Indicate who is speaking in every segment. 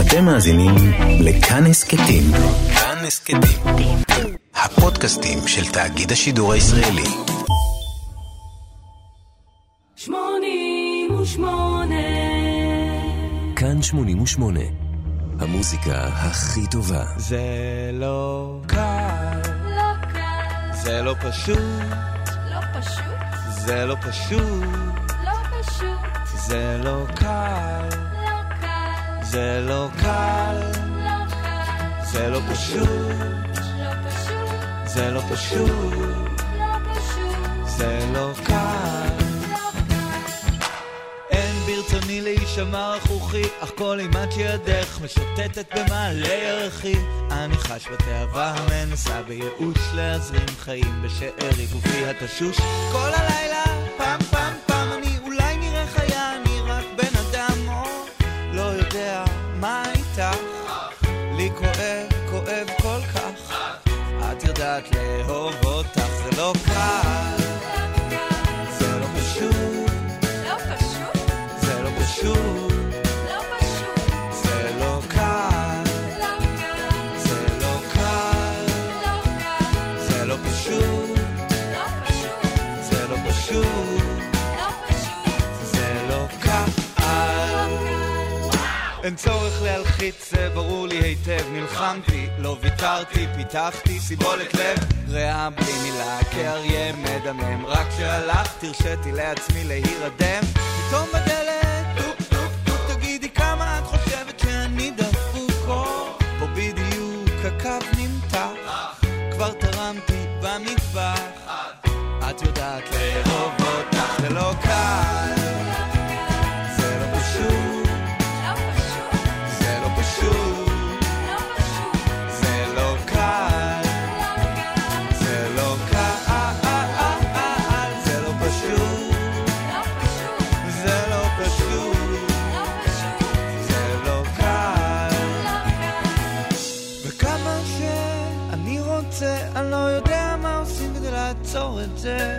Speaker 1: אתם מאזינים לכאן הסכתים. כאן הסכתים. הפודקאסטים של תאגיד השידור הישראלי.
Speaker 2: שמונים ושמונה,
Speaker 3: כאן 88. המוזיקה הכי טובה.
Speaker 4: זה לא קל,
Speaker 2: לא קל,
Speaker 4: זה לא פשוט,
Speaker 2: לא פשוט,
Speaker 4: זה לא פשוט,
Speaker 2: לא פשוט,
Speaker 4: זה לא קל,
Speaker 2: לא קל,
Speaker 4: זה לא קל,
Speaker 2: לא קל,
Speaker 4: זה לא פשוט,
Speaker 2: לא פשוט,
Speaker 4: זה לא פשוט,
Speaker 2: לא פשוט,
Speaker 4: זה לא קל.
Speaker 2: לא קל,
Speaker 4: אין ברצוני להישמע רכרוכי, אך כל אימת שידך משוטטת במעלה ירחי. אני חש בתאווה המנסה בייאוש להזרים חיים בשארי גופי התשוש. כל הלילה, פעם פעם פעם אני אולי נראה חיה, אני רק בן אדם, או לא יודע מה איתך. לי כואב, כואב כל כך. את יודעת לאהוב אותך, זה לא קל, זה לא פשוט.
Speaker 2: לא פשוט,
Speaker 4: זה לא פשוט,
Speaker 2: לא פשוט,
Speaker 4: זה לא קל,
Speaker 2: לא קל,
Speaker 4: זה לא קל,
Speaker 2: לא קל,
Speaker 4: זה לא פשוט,
Speaker 2: לא פשוט,
Speaker 4: זה לא פשוט,
Speaker 2: לא פשוט,
Speaker 4: זה לא קל. אין צורך להלחיץ, זה ברור לי היטב. נלחמתי, לא ויתרתי, פיתחתי סיבולת לב. רעה בלי מילה, כאריה מדמם. רק כשהלכת, הרשיתי לעצמי להירדם. פתאום בדלת, טופ טופ טופ, תגידי כמה את חושבת שאני דפוק. או, פה בדיוק הקו נמתח, כבר תרמתי במטבח. את יודעת לאהוב אותך, זה לא קל, זה לא פשוט.
Speaker 2: לא פשוט,
Speaker 4: זה לא פשוט,
Speaker 2: לא פשוט,
Speaker 4: זה לא קל,
Speaker 2: לא קל,
Speaker 4: זה לא קל, זה לא פשוט,
Speaker 2: לא פשוט,
Speaker 4: זה לא פשוט,
Speaker 2: לא פשוט,
Speaker 4: זה לא קל.
Speaker 2: לא קל,
Speaker 4: וכמה שאני רוצה, אני לא יודע מה עושים כדי לעצור את זה.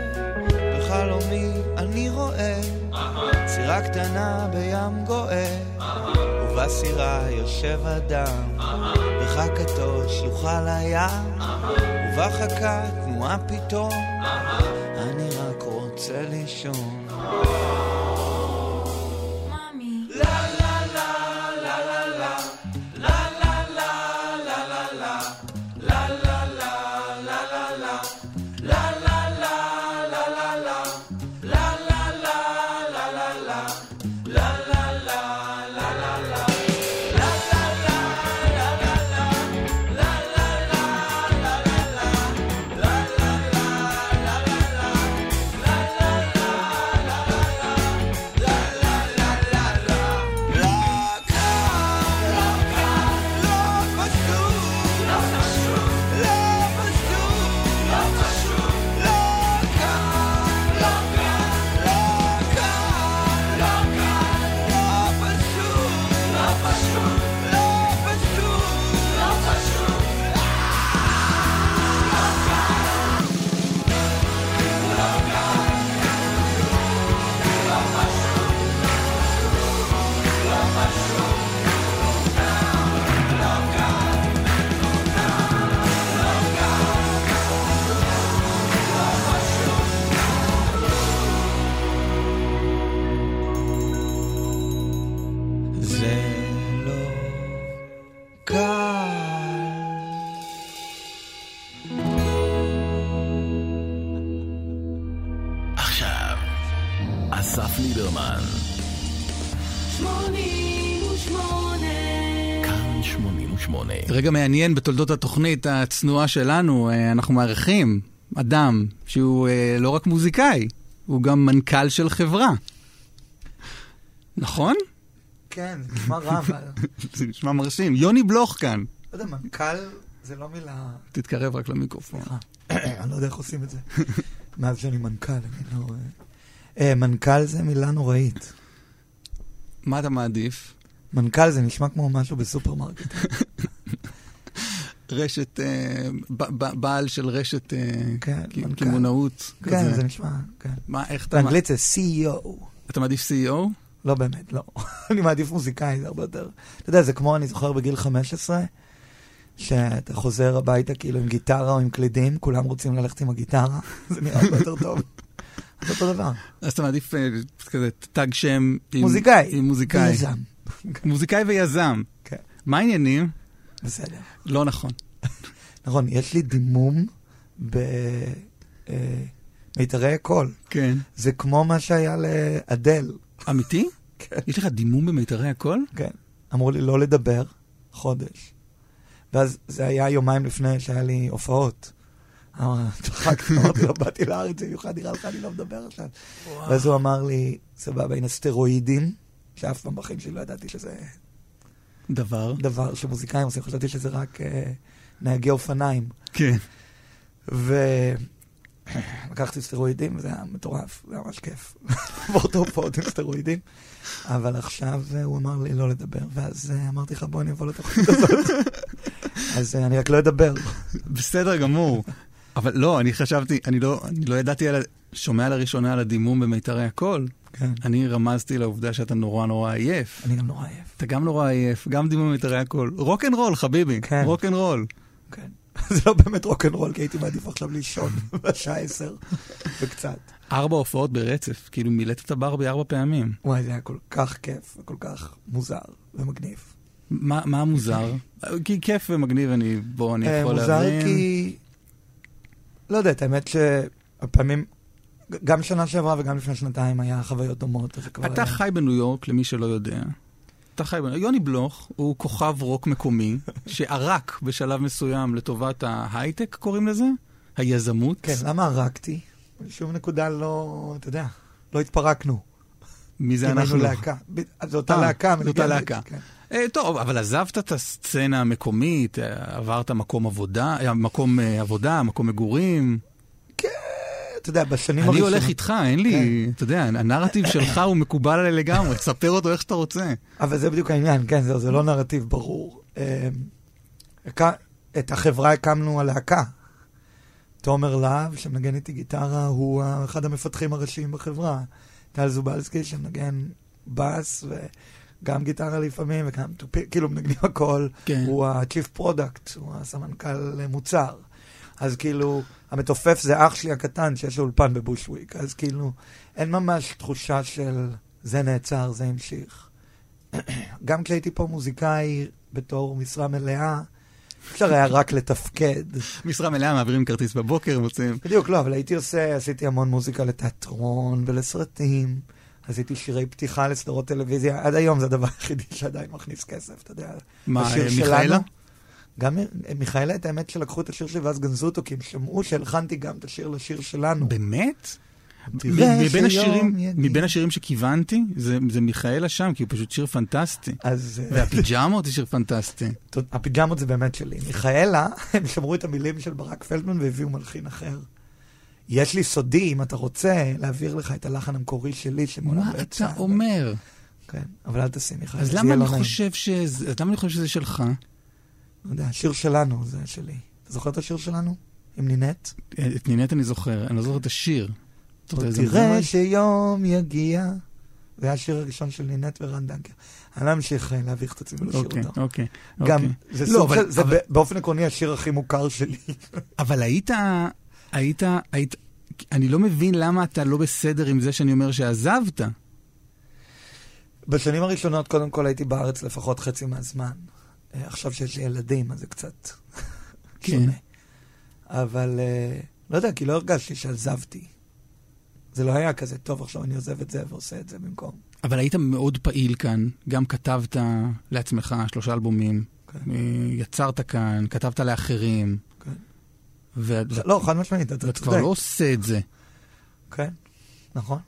Speaker 4: בחלומי אני רואה סירה קטנה בים גואה, ובסירה יושב אדם, בחכתו שלוחה לים, ובחכה תנועה פתאום, אני רק רוצה לישון.
Speaker 2: מאמי,
Speaker 4: זה לא קל.
Speaker 1: עכשיו, אסף ליברמן,
Speaker 2: שמונים ושמונה,
Speaker 1: כאן 88.
Speaker 5: רגע מעניין בתולדות התוכנית הצנועה שלנו, אה, אנחנו מארחים אדם שהוא אה, לא רק מוזיקאי, הוא גם מנכ"ל של חברה. נכון?
Speaker 6: כן, זה נשמע רע, אבל...
Speaker 5: זה נשמע מרשים. יוני בלוך כאן.
Speaker 6: לא יודע, מנכ"ל זה לא מילה...
Speaker 5: תתקרב רק למיקרופון.
Speaker 6: אני לא יודע איך עושים את זה. מאז שאני מנכ"ל, אני לא... אה, אה, מנכ"ל זה מילה נוראית.
Speaker 5: מה אתה מעדיף?
Speaker 6: מנכ"ל זה נשמע כמו משהו בסופרמרקט.
Speaker 5: רשת, אה, ב- ב- בעל של רשת אה,
Speaker 6: כן,
Speaker 5: ק-
Speaker 6: מנכ"ל.
Speaker 5: קמעונאות.
Speaker 6: כן,
Speaker 5: כזה.
Speaker 6: זה נשמע... כן.
Speaker 5: מה, איך אתה...
Speaker 6: באנגלית זה CEO.
Speaker 5: אתה מעדיף E CEO?
Speaker 6: לא באמת, לא. אני מעדיף מוזיקאי, זה הרבה יותר... אתה יודע, זה כמו, אני זוכר בגיל 15, שאתה חוזר הביתה כאילו עם גיטרה או עם קלידים, כולם רוצים ללכת עם הגיטרה, זה נראה הרבה יותר טוב. זה אותו דבר.
Speaker 5: אז אתה מעדיף אה, כזה תג שם עם-
Speaker 6: מוזיקאי.
Speaker 5: עם מוזיקאי.
Speaker 6: יזם.
Speaker 5: מוזיקאי ויזם.
Speaker 6: כן.
Speaker 5: מה העניינים?
Speaker 6: בסדר.
Speaker 5: לא נכון.
Speaker 6: נכון, יש לי דימום במיתרי הקול.
Speaker 5: כן.
Speaker 6: זה כמו מה שהיה לאדל.
Speaker 5: אמיתי?
Speaker 6: כן.
Speaker 5: יש לך דימום במיתרי הקול?
Speaker 6: כן. אמרו לי לא לדבר חודש. ואז זה היה יומיים לפני שהיה לי הופעות. אמר- צחקתי, אמרתי לו, באתי לארץ במיוחד, נראה לך אני לא מדבר עכשיו. ואז הוא אמר לי, סבבה, הנה סטרואידים, שאף פעם בחיים שלי לא ידעתי שזה
Speaker 5: דבר.
Speaker 6: דבר שמוזיקאים עושים, חשבתי שזה רק אה, נהגי אופניים.
Speaker 5: כן.
Speaker 6: ולקחתי סטרואידים, זה היה מטורף, זה היה ממש כיף. לעבור תרופות עם סטרואידים. אבל עכשיו אה, הוא אמר לי לא לדבר, ואז אה, אמרתי לך, בוא אני אבוא לתוכנית הזאת. אז אה, אני רק לא אדבר.
Speaker 5: בסדר גמור. אבל לא, אני חשבתי, אני לא, אני לא ידעתי על ה... שומע לראשונה על הדימום במיתרי הקול.
Speaker 6: כן.
Speaker 5: אני רמזתי לעובדה שאתה נורא נורא עייף.
Speaker 6: אני גם נורא עייף.
Speaker 5: אתה גם נורא עייף, גם דימום במיתרי הקול. רוק אנד רול, חביבי.
Speaker 6: כן.
Speaker 5: רוק אנד רול.
Speaker 6: כן. זה לא באמת רוקנרול, כי הייתי מעדיף עכשיו לישון בשעה עשר וקצת.
Speaker 5: ארבע הופעות ברצף, כאילו מילאת את הברבי ארבע פעמים.
Speaker 6: וואי, זה היה כל כך כיף וכל כך מוזר ומגניב.
Speaker 5: מה, מה מוזר? כי כיף ומגניב, אני, בוא, אני
Speaker 6: אה,
Speaker 5: יכול
Speaker 6: מוזר
Speaker 5: להבין.
Speaker 6: כי... לא יודע, את האמת שהפעמים... ג- גם שנה שעברה וגם לפני שנתיים היה חוויות דומות, אז זה כבר...
Speaker 5: אתה
Speaker 6: היה-
Speaker 5: חי בניו יורק, למי שלא יודע. אתה חי בניו יורק. יוני בלוך הוא כוכב רוק מקומי, שערק בשלב מסוים לטובת ההייטק, קוראים לזה? היזמות.
Speaker 6: כן, למה הרגתי? בשום נקודה לא... אתה יודע, לא התפרקנו.
Speaker 5: מי זה
Speaker 6: אם היינו
Speaker 5: אנחנו? לא.
Speaker 6: להקה. ב- זו אותה
Speaker 5: אה,
Speaker 6: להקה.
Speaker 5: זו אותה
Speaker 6: מנגנת,
Speaker 5: להקה.
Speaker 6: כן.
Speaker 5: אה, טוב, אבל עזבת את הסצנה המקומית, אה, עברת מקום עבודה, אה, מקום אה, עבודה, מקום מגורים.
Speaker 6: אתה יודע, בשנים
Speaker 5: אני
Speaker 6: הראשונות...
Speaker 5: הולך איתך, אין לי,
Speaker 6: כן.
Speaker 5: אתה יודע, הנרטיב שלך הוא מקובל עליי לגמרי, תספר אותו איך שאתה רוצה.
Speaker 6: אבל זה בדיוק העניין, כן, זה, זה לא נרטיב ברור. אה, הק- את החברה הקמנו הלהקה. תומר להב, שמנגן איתי גיטרה, הוא ה- אחד המפתחים הראשיים בחברה. טל זובלסקי, שמנגן בס וגם גיטרה לפעמים, וגם תופי, כאילו מנגנים הכל.
Speaker 5: כן.
Speaker 6: הוא ה-Chief Product, הוא הסמנכ"ל אה, מוצר. אז כאילו, המתופף זה אח שלי הקטן שיש לו אולפן בבושוויק. אז כאילו, אין ממש תחושה של זה נעצר, זה המשיך. גם כשהייתי פה מוזיקאי בתור משרה מלאה, אפשר היה רק לתפקד.
Speaker 5: משרה מלאה, מעבירים כרטיס בבוקר, מוצאים.
Speaker 6: בדיוק, לא, אבל הייתי עושה, עשיתי המון מוזיקה לתיאטרון ולסרטים, עשיתי שירי פתיחה לסדרות טלוויזיה, עד היום זה הדבר היחידי שעדיין מכניס כסף, אתה יודע.
Speaker 5: מה,
Speaker 6: השיר
Speaker 5: אה,
Speaker 6: שלנו-
Speaker 5: מיכאלה?
Speaker 6: גם אה, מיכאלה, את האמת שלקחו את השיר שלי ואז גנזו אותו, כי הם שמעו שהלחנתי גם את השיר לשיר שלנו.
Speaker 5: באמת?
Speaker 6: תראה
Speaker 5: מ- מבין
Speaker 6: שיום
Speaker 5: השירים,
Speaker 6: יגיע.
Speaker 5: מבין השירים שכיוונתי, זה, זה מיכאלה שם, כי הוא פשוט שיר פנטסטי.
Speaker 6: אז אה,
Speaker 5: והפיג'מות היא שיר פנטסטי.
Speaker 6: ת- הפיג'מות זה באמת שלי. מיכאלה, הם שמרו את המילים של ברק פלדמן והביאו מלחין אחר. יש לי סודי, אם אתה רוצה, להעביר לך את הלחן המקורי שלי, שמעולם
Speaker 5: מה
Speaker 6: לא יצא.
Speaker 5: אתה אומר?
Speaker 6: כן, אבל אל תשים מיכאלה,
Speaker 5: אז
Speaker 6: זה
Speaker 5: למה
Speaker 6: יהיה לא
Speaker 5: אני
Speaker 6: נעים.
Speaker 5: חושב שזה- אז למה אני חושב שזה שלך?
Speaker 6: לא יודע, השיר שלנו זה שלי. אתה זוכר את השיר שלנו? עם נינט?
Speaker 5: אה, את נינת אני זוכר, אני לא זוכר את השיר. אתה יודע איזה
Speaker 6: תראה
Speaker 5: מזמן?
Speaker 6: שיום יגיע. זה היה השיר הראשון של נינט ורן דנקר. אני לא אמשיך אה, להביך את עצמי ולשיר
Speaker 5: אוקיי,
Speaker 6: אותו.
Speaker 5: אוקיי.
Speaker 6: גם,
Speaker 5: אוקיי.
Speaker 6: זה
Speaker 5: לא,
Speaker 6: סוג
Speaker 5: אבל-
Speaker 6: של, זה
Speaker 5: אבל-
Speaker 6: ב- באופן עקרוני השיר הכי מוכר שלי.
Speaker 5: אבל היית, היית, היית, אני לא מבין למה אתה לא בסדר עם זה שאני אומר שעזבת.
Speaker 6: בשנים הראשונות, קודם כל, הייתי בארץ לפחות חצי מהזמן. אה, עכשיו שיש לי ילדים, אז זה קצת
Speaker 5: כן.
Speaker 6: שונה. אבל אה, לא יודע, כי לא הרגשתי שעזבתי. זה לא היה כזה, טוב, עכשיו אני עוזב את זה ועושה את זה במקום.
Speaker 5: אבל היית מאוד פעיל כאן, גם כתבת לעצמך שלושה אלבומים,
Speaker 6: כן.
Speaker 5: אה, יצרת כאן, כתבת לאחרים,
Speaker 6: כן.
Speaker 5: ואת
Speaker 6: לא, חד משמעית, אתה
Speaker 5: ואת
Speaker 6: צודק.
Speaker 5: כבר לא עושה את זה.
Speaker 6: כן, נכון.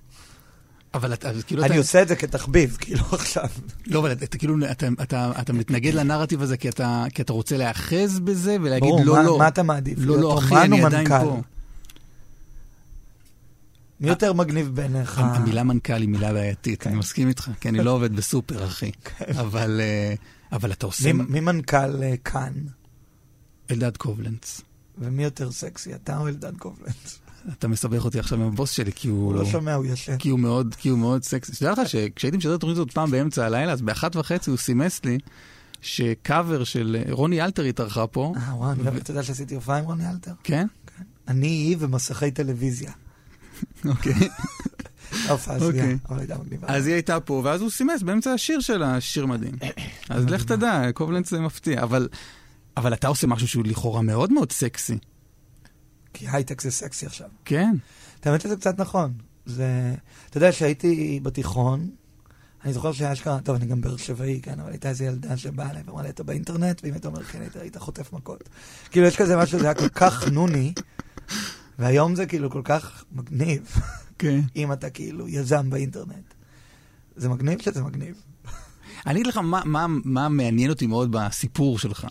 Speaker 5: אבל אתה, אז כאילו,
Speaker 6: אני
Speaker 5: אתה,
Speaker 6: עושה את זה כתחביב, כאילו עכשיו.
Speaker 5: לא, אבל אתה, אתה כאילו, אתה, אתה, אתה מתנגד לנרטיב הזה כי אתה, כי אתה רוצה להיאחז בזה ולהגיד
Speaker 6: ברור,
Speaker 5: לא,
Speaker 6: מה-
Speaker 5: לא,
Speaker 6: מה אתה מעדיף?
Speaker 5: לא,
Speaker 6: להיות
Speaker 5: לא, אחי,
Speaker 6: אומן
Speaker 5: אני
Speaker 6: או
Speaker 5: עדיין
Speaker 6: מנכ"ל? אה.
Speaker 5: פה. אה,
Speaker 6: מי יותר מגניב בעיניך?
Speaker 5: המילה מנכ"ל היא מילה בעייתית, אני מסכים איתך, כי אני לא עובד בסופר, אחי. אבל, אה, אבל אתה עושה...
Speaker 6: כן. מי- מי מנכ"ל אה, כאן?
Speaker 5: אלדד קובלנץ.
Speaker 6: ומי יותר סקסי, אתה או אלדד קובלנץ?
Speaker 5: אתה מסבך אותי עכשיו עם הבוס שלי, כי
Speaker 6: הוא
Speaker 5: הוא...
Speaker 6: לא שומע, הוא ישן.
Speaker 5: כי הוא מאוד, כי הוא מאוד סקסי. שתדע לך שכשהייתי משדר את התוכנית הזאת פעם באמצע הלילה, אז באחת וחצי הוא סימס לי שקאבר של אה, רוני אלתר התארחה פה,
Speaker 6: אה, וואי, אני לא- אתה יודע שעשיתי הופעה עם רוני אלתר?
Speaker 5: כן?
Speaker 6: אני, היא ומסכי טלוויזיה.
Speaker 5: אוקיי.
Speaker 6: ההופעה השנייה.
Speaker 5: אוקיי.
Speaker 6: אבל הייתה מגניבה.
Speaker 5: אז היא הייתה פה, ואז הוא סימס באמצע השיר שלה, שיר מדהים. אז לך תדע, קובלנץ זה מפתיע, אבל... אבל אתה עושה משהו שהוא לכאורה מאוד מאוד סקסי,
Speaker 6: כי הייטק זה סקסי עכשיו.
Speaker 5: כן?
Speaker 6: את האמת שזה קצת נכון. זה... אתה יודע, כשהייתי בתיכון, אני זוכר שאשכרה, טוב, אני גם באר שבעי, כן, אבל הייתה איזו ילדה שבאה אליי ואמרה לי, אתה באינטרנט? ואם אתה אומר כן, היית, היית חוטף מכות. כאילו, יש כזה משהו, זה היה כל כך נוני, והיום זה כאילו כל כך מגניב,
Speaker 5: כן.
Speaker 6: אם אתה כאילו יזם באינטרנט. זה מגניב שזה מגניב.
Speaker 5: אני אגיד לך מה, מה, מה מעניין אותי מאוד בסיפור שלך.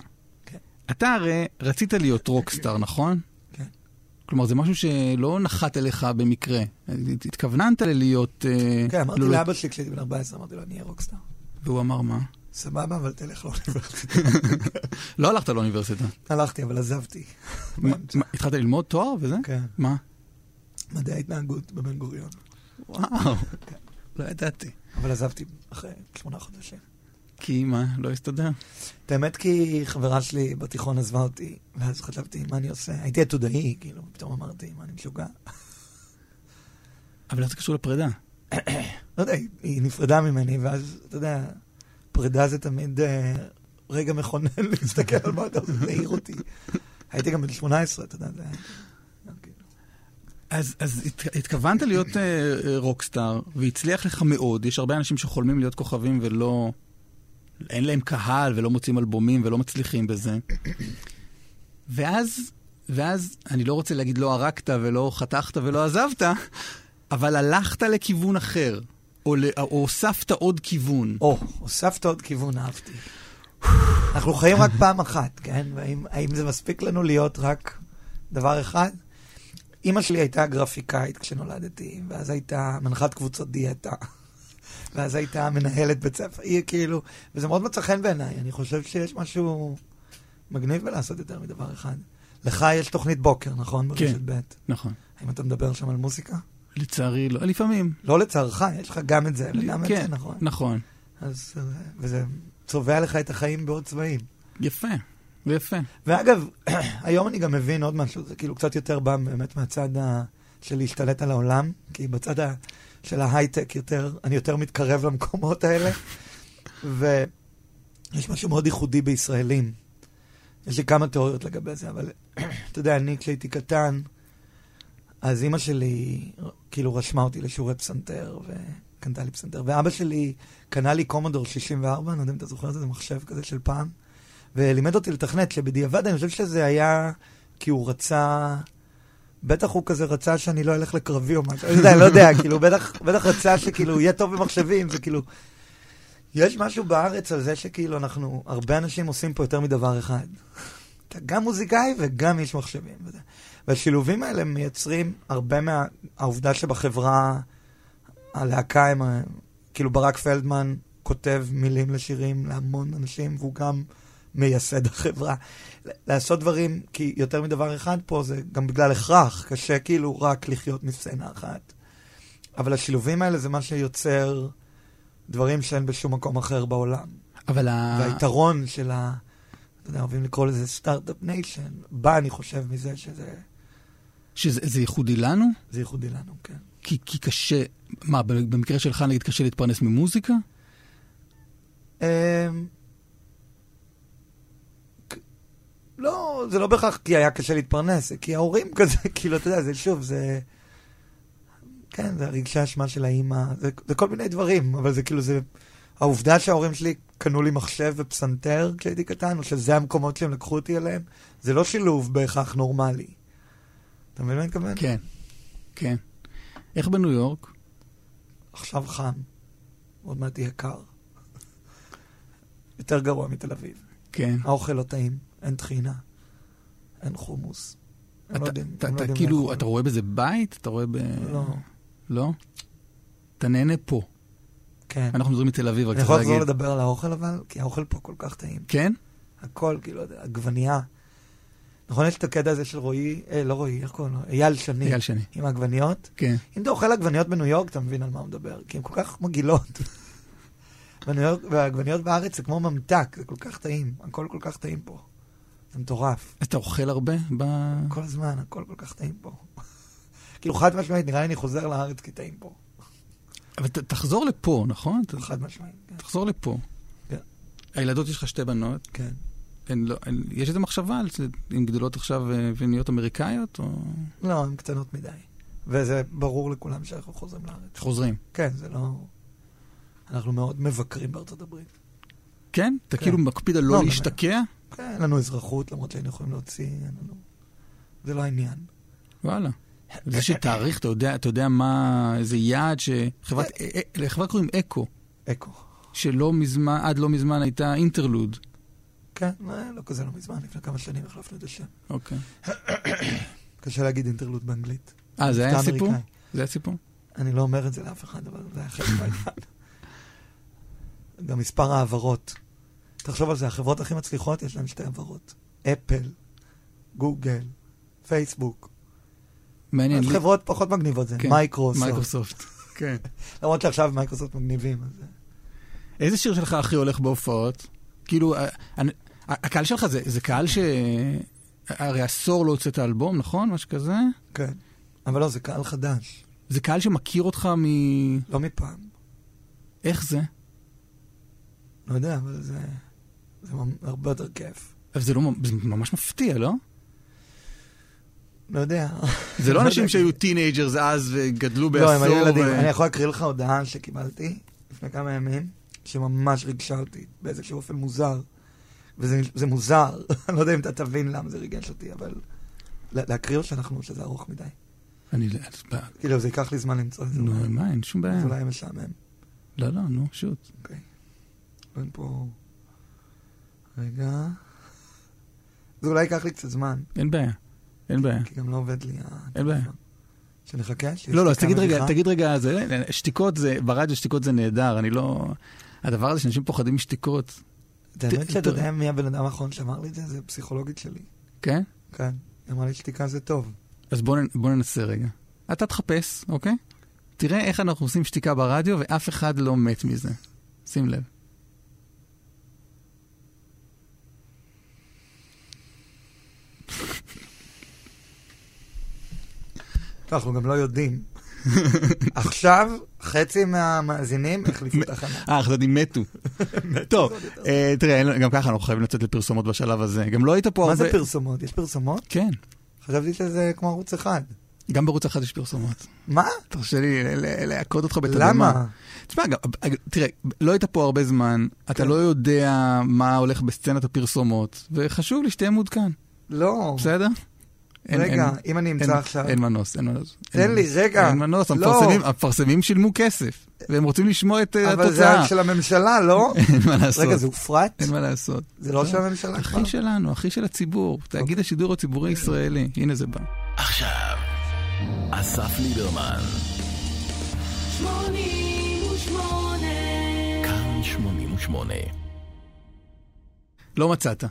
Speaker 6: כן.
Speaker 5: אתה הרי רצית להיות רוקסטאר, נכון?
Speaker 6: כן.
Speaker 5: כלומר, זה משהו שלא נחת אליך במקרה. הת- התכוונת ללהיות... אה,
Speaker 6: כן, אמרתי
Speaker 5: לא-
Speaker 6: לאבא שלי כשהייתי בן 14, אמרתי לו, אני אהיה רוקסטאר.
Speaker 5: והוא אמר מה?
Speaker 6: סבבה, אבל תלך לאוניברסיטה.
Speaker 5: לא הלכת לאוניברסיטה.
Speaker 6: הלכתי, אבל עזבתי.
Speaker 5: מה- מה, התחלת ללמוד תואר וזה?
Speaker 6: כן.
Speaker 5: מה?
Speaker 6: מדעי התנהגות בבן גוריון.
Speaker 5: וואו. לא ידעתי.
Speaker 6: אבל עזבתי אחרי שמונה חודשים.
Speaker 5: כי מה? לא הסתדר?
Speaker 6: את האמת כי חברה שלי בתיכון עזבה אותי, ואז חשבתי, מה אני עושה? הייתי עתודאי, כאילו, פתאום אמרתי, מה אני משוגע?
Speaker 5: אבל איך זה קשור לפרידה?
Speaker 6: לא יודע, היא- היא נפרדה ממני, ואז, אתה יודע, פרידה זה תמיד אה, רגע מכונן להסתכל על מה אתה עושה, זה העיר אותי. הייתי גם בן 18, אתה יודע, זה היה... כאילו,
Speaker 5: אז, אז הת, התכוונת להיות uh, רוקסטאר, והצליח לך מאוד. יש הרבה אנשים שחולמים להיות כוכבים ולא... אין להם קהל ולא מוצאים אלבומים ולא מצליחים בזה. ואז, ואז, אני לא רוצה להגיד לא הרגת ולא חתכת ולא עזבת, אבל הלכת לכיוון אחר, או, ל- או הוספת עוד כיוון.
Speaker 6: או, הוספת עוד כיוון, אהבתי. אנחנו חיים רק פעם אחת, כן? והאם האם זה מספיק לנו להיות רק דבר אחד? אימא שלי הייתה גרפיקאית כשנולדתי, ואז הייתה מנחת קבוצות דיאטה, ואז הייתה מנהלת בית ספר, היא כאילו, וזה מאוד מצא חן בעיניי, אני חושב שיש משהו מגניב בלעשות יותר מדבר אחד. לך יש תוכנית בוקר, נכון? ברשת ב'.
Speaker 5: נכון.
Speaker 6: האם אתה מדבר שם על מוזיקה?
Speaker 5: לצערי לא, לפעמים.
Speaker 6: לא לצערך, יש לך גם את זה וגם את
Speaker 5: כן,
Speaker 6: זה, נכון?
Speaker 5: נכון.
Speaker 6: אז, אה, וזה צובע לך את החיים בעוד צבעים.
Speaker 5: יפה, זה יפה.
Speaker 6: ואגב, היום אני גם מבין עוד משהו, זה כאילו קצת יותר בא באמת מהצד ה... של להשתלט על העולם, כי בצד ה... של ההייטק יותר, אני יותר מתקרב למקומות האלה, ויש משהו מאוד ייחודי בישראלים. יש לי כמה תיאוריות לגבי זה, אבל אתה יודע, אני כשהייתי קטן, אז אימא שלי כאילו רשמה אותי לשיעורי פסנתר, וקנתה לי פסנתר, ואבא שלי קנה לי קומודור 64, אני לא יודע אם אתה זוכר את זה, זה מחשב כזה של פעם, ולימד אותי לתכנת, שבדיעבד אני חושב שזה היה כי הוא רצה... בטח הוא כזה רצה שאני לא אלך לקרבי או משהו, אני יודע, לא יודע, כאילו, בטח, בטח רצה שכאילו יהיה טוב במחשבים, זה כאילו... יש משהו בארץ על זה שכאילו אנחנו, הרבה אנשים עושים פה יותר מדבר אחד. אתה גם מוזיקאי וגם איש מחשבים. וזה. והשילובים האלה מייצרים הרבה מהעובדה שבחברה, הלהקה הם, ה- כאילו ברק פלדמן כותב מילים לשירים להמון אנשים, והוא גם מייסד החברה. ל- לעשות דברים, כי יותר מדבר אחד פה זה גם בגלל הכרח, קשה כאילו רק לחיות מסצנה אחת. אבל השילובים האלה זה מה שיוצר דברים שאין בשום מקום אחר בעולם.
Speaker 5: אבל ה...
Speaker 6: והיתרון של ה... אתה יודע, אוהבים לקרוא לזה סטארט-אפ ניישן, בא, אני חושב, מזה שזה
Speaker 5: שזה זה ייחודי לנו?
Speaker 6: זה ייחודי לנו, כן.
Speaker 5: כי, כי קשה, מה, במקרה שלך נגיד קשה להתפרנס ממוזיקה?
Speaker 6: אמ, כ- לא, זה לא בהכרח כי היה קשה להתפרנס, זה כי ההורים כזה, כאילו, אתה יודע, זה שוב, זה... כן, זה הרגשי אשמה של האימא, זה, זה כל מיני דברים, אבל זה כאילו, זה... העובדה שההורים שלי קנו לי מחשב ופסנתר כשהייתי קטן, או שזה המקומות שהם לקחו אותי אליהם, זה לא שילוב בהכרח נורמלי. אתה מבין מה אני מתכוון?
Speaker 5: כן. כן. איך בניו יורק?
Speaker 6: עכשיו חם, עוד מעט יהיה קר. יותר גרוע מתל אביב.
Speaker 5: כן.
Speaker 6: האוכל לא טעים, אין טחינה, אין חומוס. הם לא
Speaker 5: אתה,
Speaker 6: יודעים-
Speaker 5: אתה,
Speaker 6: הם לא
Speaker 5: אתה
Speaker 6: יודעים
Speaker 5: כאילו,
Speaker 6: לאכול.
Speaker 5: אתה רואה בזה בית? אתה רואה ב...
Speaker 6: לא,
Speaker 5: לא? אתה נהנה פה.
Speaker 6: כן.
Speaker 5: אנחנו מדברים מתל אביב, רק
Speaker 6: אני
Speaker 5: צריך
Speaker 6: יכול לחזור
Speaker 5: להגיד.
Speaker 6: לדבר על האוכל אבל, כי האוכל פה כל כך טעים.
Speaker 5: כן?
Speaker 6: הכל, כאילו, עגבנייה. נכון, יש את הקטע הזה של רועי, אה, לא רועי, איך קוראים לו? אייל שני.
Speaker 5: אייל שני.
Speaker 6: עם העגבניות.
Speaker 5: כן.
Speaker 6: אם אתה אוכל עגבניות בניו יורק, אתה מבין על מה הוא מדבר, כי הן כל כך מגעילות. בניו יורק- והעגבניות בארץ זה כמו ממתק, זה כל כך טעים, הכל כל כך טעים פה. זה מטורף,
Speaker 5: אתה אוכל הרבה ב...
Speaker 6: כל הזמן, הכל כל כך טעים פה. כאילו, חד משמעית, נראה לי אני חוזר לארץ כי טעים פה.
Speaker 5: אבל ת- תחזור לפה, נכון? ת-
Speaker 6: חד משמעית, כן.
Speaker 5: תחזור לפה.
Speaker 6: כן.
Speaker 5: הילדות, יש לך שתי בנות,
Speaker 6: כן.
Speaker 5: הן לא, הן, יש איזו מחשבה על זה, הן גדולות עכשיו אה, ונהיות אמריקאיות, או
Speaker 6: לא, הן קטנות מדי. וזה ברור לכולם שאנחנו חוזרים לארץ.
Speaker 5: חוזרים?
Speaker 6: כן, זה לא... אנחנו מאוד מבקרים בארצות הברית.
Speaker 5: כן? אתה
Speaker 6: כן.
Speaker 5: כאילו מקפיד על
Speaker 6: לא,
Speaker 5: לא
Speaker 6: באמת.
Speaker 5: להשתקע?
Speaker 6: כן, אין לנו אזרחות, למרות שהיינו יכולים להוציא, אין לנו... זה לא העניין.
Speaker 5: וואלה. זה שתאריך, אתה יודע, אתה יודע מה, איזה יעד שחברת, אה, אה, לחברה קוראים אקו,
Speaker 6: אקו.
Speaker 5: שלא מזמן, עד לא מזמן הייתה אינטרלוד.
Speaker 6: כן, לא, לא כזה לא מזמן, לפני כמה שנים החלפנו את השם.
Speaker 5: אוקיי.
Speaker 6: קשה להגיד אינטרלוד באנגלית.
Speaker 5: אה, זה היה
Speaker 6: מבטא
Speaker 5: הסיפור?
Speaker 6: אמריקאי.
Speaker 5: זה היה סיפור?
Speaker 6: אני לא אומר את זה לאף אחד, אבל זה היה חלק מהעניין. גם מספר ההעברות. תחשוב על זה, החברות הכי מצליחות, יש להן שתי העברות. אפל, גוגל, פייסבוק.
Speaker 5: מעניין.
Speaker 6: אז
Speaker 5: לי-
Speaker 6: חברות פחות מגניבות זה,
Speaker 5: כן,
Speaker 6: מייקרוסופט.
Speaker 5: מייקרוסופט. כן.
Speaker 6: למרות שעכשיו מייקרוסופט מגניבים, אז...
Speaker 5: איזה שיר שלך הכי הולך בהופעות? כאילו, ה- ה- הקהל שלך זה זה קהל ש... הרי עשור לא הוצאת אלבום, נכון? משהו כזה?
Speaker 6: כן. אבל לא, זה קהל חדש,
Speaker 5: זה קהל שמכיר אותך מ...
Speaker 6: לא מפעם.
Speaker 5: איך זה?
Speaker 6: לא יודע, אבל זה... זה ממ- הרבה יותר כיף.
Speaker 5: אבל זה לא... מ- זה ממש מפתיע, לא?
Speaker 6: לא יודע.
Speaker 5: זה לא
Speaker 6: לא
Speaker 5: אנשים
Speaker 6: יודע.
Speaker 5: שהיו טינג'רס אז וגדלו בעשור. אה,
Speaker 6: לא, הם היו ילדים.
Speaker 5: ו-
Speaker 6: אני יכול להקריא לך הודעה שקיבלתי לפני כמה ימים, שממש ריגשה אותי באיזשהו אופן מוזר. וזה זה מוזר, אני לא יודע אם אתה תבין למה זה ריגש אותי, אבל לה- להקריא או שאנחנו, שזה ארוך מדי.
Speaker 5: אני...
Speaker 6: כאילו, זה ייקח לי זמן למצוא את זה.
Speaker 5: נו,
Speaker 6: אולי-
Speaker 5: מה, אין שום בעיה.
Speaker 6: אז אולי משעמם.
Speaker 5: לא, לא, נו, שוט.
Speaker 6: אוקיי. אין פה... רגע. זה אולי ייקח לי קצת זמן,
Speaker 5: אין בעיה. אין בעיה.
Speaker 6: כי גם לא עובד לי
Speaker 5: אין בעיה.
Speaker 6: הטלפון. שנחכה? שיש
Speaker 5: לא, לא,
Speaker 6: לי
Speaker 5: אז תגיד
Speaker 6: כמה
Speaker 5: רגע,
Speaker 6: בדיחה?
Speaker 5: תגיד רגע, זה, שתיקות זה, ברדיו שתיקות זה נהדר, אני לא... הדבר הזה שאנשים פוחדים משתיקות,
Speaker 6: את האמת
Speaker 5: ת-
Speaker 6: שאתה
Speaker 5: ת-
Speaker 6: יודע מי הבן אדם האחרון שאמר לי את זה? זה פסיכולוגית שלי.
Speaker 5: כן?
Speaker 6: כן. היא אמרה לי שתיקה זה טוב.
Speaker 5: אז בוא, נ- בוא ננסה רגע. אתה תחפש, אוקיי? תראה איך אנחנו עושים שתיקה ברדיו, ואף אחד לא מת מזה. שים לב.
Speaker 6: לא, אנחנו גם לא יודעים. עכשיו, חצי מהמאזינים החליפו תחנה.
Speaker 5: אה, החלטתי מתו. טוב, אה, תראה, אין- גם ככה אנחנו חייבים לצאת לפרסומות בשלב הזה. גם לא היית פה הרבה...
Speaker 6: מה זה פרסומות? יש פרסומות?
Speaker 5: כן,
Speaker 6: חשבתי שזה כמו ערוץ אחד.
Speaker 5: גם בערוץ אחד יש פרסומות.
Speaker 6: מה?
Speaker 5: תרשה לי ל- ל- להכות אותך בתדהמה.
Speaker 6: למה?
Speaker 5: תשמע, גם- תראה, לא היית פה הרבה זמן, אתה
Speaker 6: כן.
Speaker 5: לא יודע מה הולך בסצנת הפרסומות, וחשוב לי שתהיה מעודכן,
Speaker 6: לא.
Speaker 5: בסדר? אין-
Speaker 6: רגע,
Speaker 5: אין-
Speaker 6: אם אני אמצא
Speaker 5: אין-
Speaker 6: עכשיו...
Speaker 5: אין מנוס, אין מנוס.
Speaker 6: תן
Speaker 5: אין
Speaker 6: לי,
Speaker 5: מנוס.
Speaker 6: רגע.
Speaker 5: אין מנוס,
Speaker 6: לא.
Speaker 5: המפרסמים- המפרסמים שילמו כסף, והם רוצים לשמוע את אה,
Speaker 6: אבל זה
Speaker 5: התוצאה.
Speaker 6: רק של הממשלה, לא?
Speaker 5: אין מה לעשות.
Speaker 6: רגע, זה הופרט?
Speaker 5: אין מה לעשות.
Speaker 6: זה לא אוקיי.
Speaker 5: לא.
Speaker 6: של הממשלה כבר?
Speaker 5: אחי שלנו, אחי של הציבור, תאגיד השידור הציבורי הישראלי, הנה זה בא.
Speaker 1: עכשיו, אסף ליברמן,
Speaker 2: שמונים ושמונה,
Speaker 1: כאן 88.
Speaker 5: לא מצאת. אתה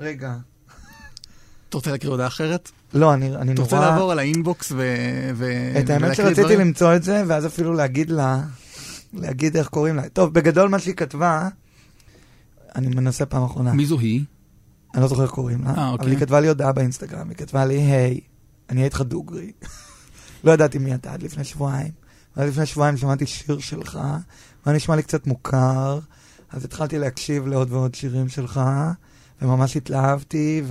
Speaker 6: רגע.
Speaker 5: רוצה להקריא הודעה אחרת?
Speaker 6: לא, אני אני נורא...
Speaker 5: אתה רוצה לעבור על האינבוקס ו... ו-
Speaker 6: את האמת
Speaker 5: ולהקריא
Speaker 6: שרציתי
Speaker 5: אה, דברים?
Speaker 6: למצוא את זה, ואז אפילו להגיד לה, להגיד איך קוראים לה. טוב, בגדול מה שהיא כתבה, אני מנסה פעם אחרונה,
Speaker 5: מי זו היא?
Speaker 6: אני לא זוכר איך קוראים
Speaker 5: אה,
Speaker 6: לה,
Speaker 5: אוקיי.
Speaker 6: אבל היא כתבה לי הודעה באינסטגרם, היא כתבה לי, היי, אני אהיה איתך דוגרי. לא ידעתי מי אתה עד לפני שבועיים. עד לפני שבועיים שמעתי שיר שלך, והיה נשמע לי קצת מוכר, אז התחלתי להקשיב לעוד ועוד שירים שלך, וממש התלהבתי,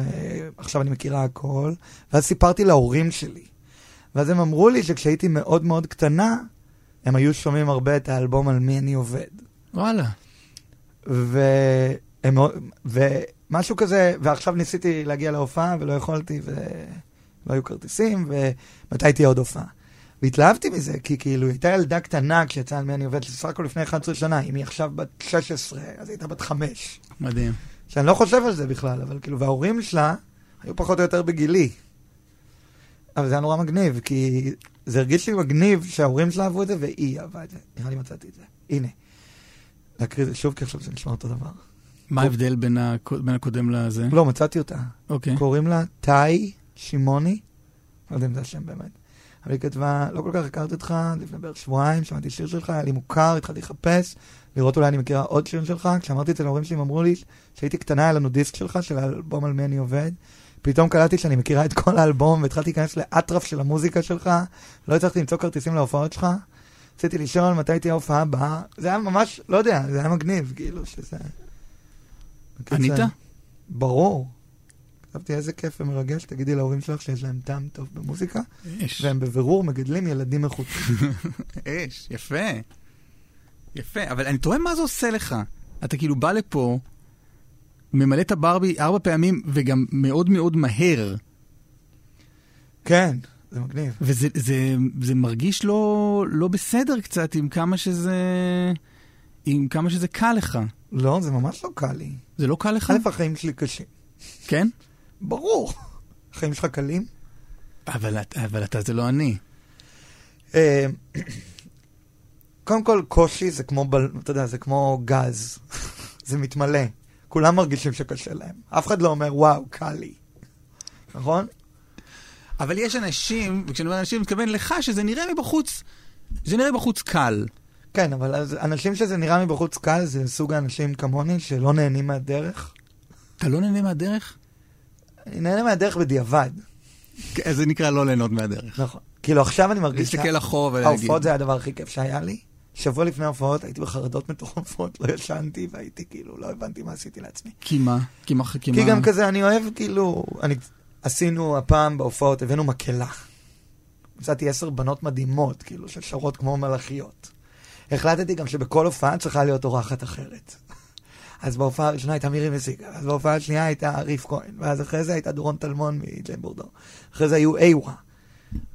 Speaker 6: ועכשיו אני מכירה הכל. ואז סיפרתי להורים שלי. ואז הם אמרו לי שכשהייתי מאוד מאוד קטנה, הם היו שומעים הרבה את האלבום על מי אני עובד.
Speaker 5: וואלה.
Speaker 6: והם, ומשהו כזה, ועכשיו ניסיתי להגיע להופעה ולא יכולתי, ולא היו כרטיסים, ומתי תהיה עוד הופעה. והתלהבתי מזה, כי כאילו, היא הייתה ילדה קטנה כשיצאה על מי אני עובד, סך הכל לפני 11 שנה, אם היא עכשיו בת 16, אז היא הייתה בת 5.
Speaker 5: מדהים.
Speaker 6: שאני לא חושב על זה בכלל, אבל כאילו, וההורים שלה היו פחות או יותר בגילי. אבל זה היה נורא מגניב, כי זה הרגיש לי מגניב שההורים שלה אהבו את זה והיא אהבה את זה. נראה לי מצאתי את זה. הנה. להקריא את זה שוב, כי עכשיו זה נשמע אותו דבר.
Speaker 5: מה ההבדל בין הקו- בין הקודם לזה?
Speaker 6: לא, מצאתי אותה.
Speaker 5: אוקיי.
Speaker 6: קוראים לה טאי שמעוני, לא יודע אם זה השם באמת. אבל היא כתבה, לא כל כך הכרתי אותך, לפני בערך שבועיים, שמעתי שיר שלך, היה לי מוכר, התחלתי לחפש, לראות אולי אני מכירה עוד שיר שלך. כשאמרתי את זה להורים שלי, הם אמרו לי, כשהייתי קטנה היה לנו דיסק שלך, של האלבום על מי אני עובד. פתאום קלטתי שאני מכירה את כל האלבום, והתחלתי להיכנס לאטרף של המוזיקה שלך, לא הצלחתי למצוא כרטיסים להופעות שלך. רציתי לשאול מתי תהיה ההופעה הבאה, זה היה ממש, לא יודע, זה היה מגניב, כאילו, שזה...
Speaker 5: ענית?
Speaker 6: בקיצר, ברור. חשבתי איזה כיף ומרגש, תגידי להורים שלך שיש להם טעם טוב במוזיקה,
Speaker 5: אש.
Speaker 6: והם בבירור מגדלים ילדים איכותיים.
Speaker 5: אש, יפה. יפה, אבל אני תוהה מה זה עושה לך. אתה כאילו בא לפה, ממלא את הברבי ארבע פעמים, וגם מאוד מאוד מהר.
Speaker 6: כן, זה מגניב.
Speaker 5: וזה זה, זה מרגיש לא, לא בסדר קצת עם כמה שזה... עם כמה שזה קל לך.
Speaker 6: לא, זה ממש לא קל לי.
Speaker 5: זה לא קל לך?
Speaker 6: א', החיים שלי קשים.
Speaker 5: כן?
Speaker 6: ברור. החיים שלך קלים?
Speaker 5: אבל, את- אבל אתה זה לא אני.
Speaker 6: אה, קודם כל, קושי זה כמו, בל... אתה יודע, זה כמו גז. זה מתמלא. כולם מרגישים שקשה להם. אף אחד לא אומר, וואו, קל לי. נכון?
Speaker 5: אבל יש אנשים, וכשאני אומר אנשים, אני מתכוון לך שזה נראה מבחוץ, זה נראה מבחוץ קל.
Speaker 6: כן, אבל אז אנשים שזה נראה מבחוץ קל, זה סוג האנשים כמוני שלא נהנים מהדרך.
Speaker 5: אתה לא נהנה מהדרך?
Speaker 6: אני נהנה מהדרך בדיעבד.
Speaker 5: כן, זה נקרא לא ליהנות מהדרך.
Speaker 6: נכון. כאילו, עכשיו אני מרגיש... שה-
Speaker 5: להסתכל אחורה ולהגיד.
Speaker 6: ההופעות זה היה הדבר הכי כיף שהיה לי. שבוע לפני ההופעות הייתי בחרדות מטורפות, לא ישנתי והייתי כאילו, לא הבנתי מה עשיתי לעצמי.
Speaker 5: כי מה? כי מה? כי
Speaker 6: כי
Speaker 5: מה?
Speaker 6: גם כזה, אני אוהב, כאילו, אני, עשינו הפעם בהופעות, הבאנו מקהלה. מצאתי עשר בנות מדהימות, כאילו, ששרות כמו מלאכיות. החלטתי גם שבכל הופעה צריכה להיות אורחת אחרת. אז בהופעה הראשונה הייתה מירי מסיגה, אז בהופעה השנייה הייתה ריף כהן, ואז אחרי זה הייתה דורון טלמון מג'יין בורדו. אחרי זה היו איורה.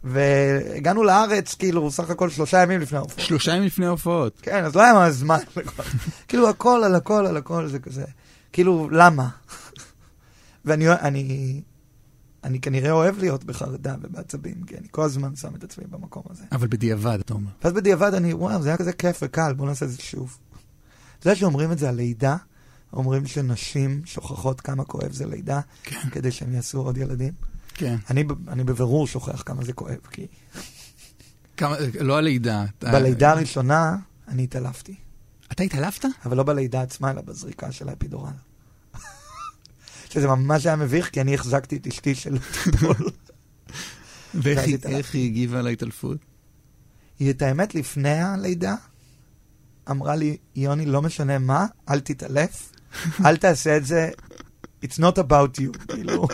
Speaker 6: והגענו לארץ, כאילו, סך הכל שלושה ימים לפני ההופעה.
Speaker 5: שלושה ימים לפני ההופעות.
Speaker 6: כן, אז לא היה מה זמן. לכל- כאילו, הכל על הכל על הכל, זה כזה. כאילו, למה? ואני אני, אני כנראה אוהב להיות בחרדה ובעצבים, כי אני כל הזמן שם את עצמי במקום הזה.
Speaker 5: אבל בדיעבד, אתה אומר.
Speaker 6: ואז בדיעבד אני, וואו, זה היה כזה כיף וקל, בוא נעשה את זה שוב. זה שאומרים את זה על לידה, אומרים שנשים שוכחות כמה כואב זה לידה,
Speaker 5: כן.
Speaker 6: כדי שהם יעשו עוד ילדים.
Speaker 5: כן.
Speaker 6: אני, ב- אני בבירור שוכח כמה זה כואב, כי
Speaker 5: כמה- לא הלידה. אתה-
Speaker 6: בלידה הראשונה אני התעלפתי.
Speaker 5: אתה התעלפת?
Speaker 6: אבל לא בלידה עצמה, אלא בזריקה של האפידורל. שזה ממש היה מביך, כי אני החזקתי את אשתי של טיפול.
Speaker 5: ואיך
Speaker 6: ואז
Speaker 5: היא-
Speaker 6: התעלפתי.
Speaker 5: איך היא הגיבה על ההתעלפות?
Speaker 6: היא את האמת, לפני הלידה, אמרה לי, יוני, לא משנה מה, אל תתעלף, אל תעשה את זה, it's not about you, כאילו,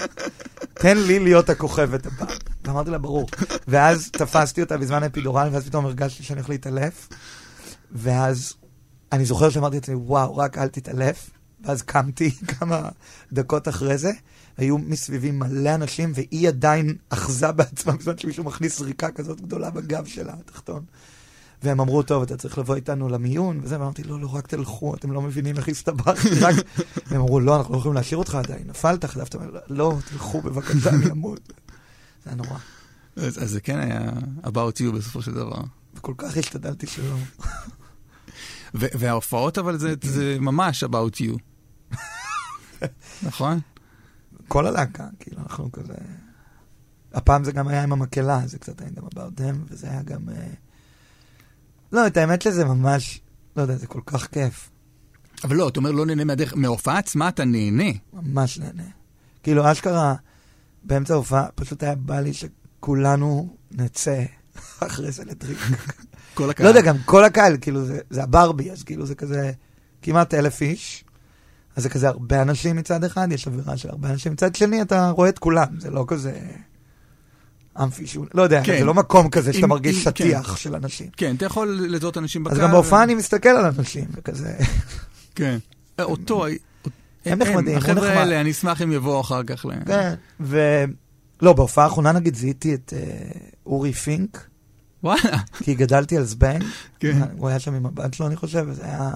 Speaker 6: תן לי להיות הכוכבת הבאה. ואמרתי לה, ברור. ואז תפסתי אותה בזמן האפידורל, ואז פתאום הרגשתי שאני הולך להתעלף, ואז אני זוכר שאמרתי לעצמי, וואו, רק אל תתעלף. ואז קמתי כמה דקות אחרי זה, היו מסביבי מלא אנשים, והיא עדיין אחזה בעצמה בזמן שמישהו מכניס זריקה כזאת גדולה בגב שלה, התחתון. והם אמרו, טוב, אתה צריך לבוא איתנו למיון, וזה, ואמרתי, לא, לא, רק תלכו, אתם לא מבינים איך הסתבכתי, רק... והם אמרו, לא, אנחנו לא יכולים להשאיר אותך עדיין, נפלת, חטפת, לא, תלכו בבקשה, אני אמות. זה היה נורא.
Speaker 5: אז אז זה כן היה about you בסופו של דבר.
Speaker 6: וכל כך השתדלתי שלא.
Speaker 5: ו- וההופעות אבל זה- זה ממש about you. נכון?
Speaker 6: כל הלהקה, כאילו, אנחנו כזה... הפעם זה גם היה עם המקהלה, זה קצת היה גם about them, וזה היה גם... אה, לא, את האמת שזה ממש, לא יודע, זה כל כך כיף,
Speaker 5: אבל לא, אתה אומר לא נהנה מהדרך, מההופעה עצמה אתה נהנה.
Speaker 6: ממש נהנה. כאילו, אשכרה, באמצע ההופעה, פשוט היה בא לי שכולנו נצא אחרי זה לדריק.
Speaker 5: כל הקהל.
Speaker 6: לא יודע, גם כל הקהל, כאילו, זה, זה הברבי, אז כאילו, זה כזה כמעט אלף איש. אז זה כזה הרבה אנשים מצד אחד, יש אווירה של הרבה אנשים. מצד שני, אתה רואה את כולם, זה לא כזה... אמפי שהוא, לא יודע,
Speaker 5: כן.
Speaker 6: זה לא מקום כזה שאתה
Speaker 5: עם-
Speaker 6: מרגיש
Speaker 5: עם-
Speaker 6: שטיח של אנשים.
Speaker 5: כן, אתה יכול לזהות אנשים בקהל.
Speaker 6: אז גם בהופעה אני מסתכל על אנשים, וכזה,
Speaker 5: כן. אה, אותו...
Speaker 6: הם נחמדים, הוא
Speaker 5: החבר'ה
Speaker 6: נחמד.
Speaker 5: האלה, אני אשמח אם יבואו אחר כך. ל-
Speaker 6: כן. ו... לא, בהופעה האחרונה נגיד זיהיתי את אה, אורי פינק,
Speaker 5: וואלה.
Speaker 6: כי גדלתי על זבנג,
Speaker 5: כן.
Speaker 6: הוא היה שם עם הבת שלו, אני חושב, וזה היה...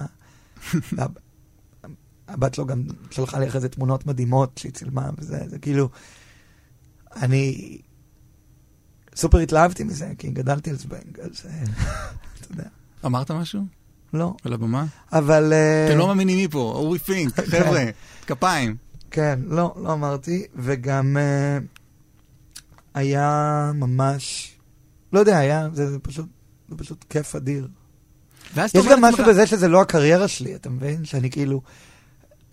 Speaker 6: וה- הבת שלו גם שלחה לי אחרי זה תמונות מדהימות שהיא צילמה, וזה זה כאילו... אני סופר התלהבתי מזה, כי גדלתי על זבנג, אז אה, אתה יודע.
Speaker 5: אמרת משהו?
Speaker 6: לא.
Speaker 5: על הבמה?
Speaker 6: אבל... אה,
Speaker 5: אתם לא מאמינים מי פה, אורי פינק, חבר'ה, כפיים.
Speaker 6: כן, לא, לא אמרתי, וגם אה, היה ממש, לא יודע, היה, זה, זה פשוט, זה פשוט כיף אדיר.
Speaker 5: ואז אתה
Speaker 6: יש
Speaker 5: אומר
Speaker 6: גם
Speaker 5: לעצמך-
Speaker 6: משהו בזה שזה לא הקריירה שלי, אתה מבין? שאני כאילו...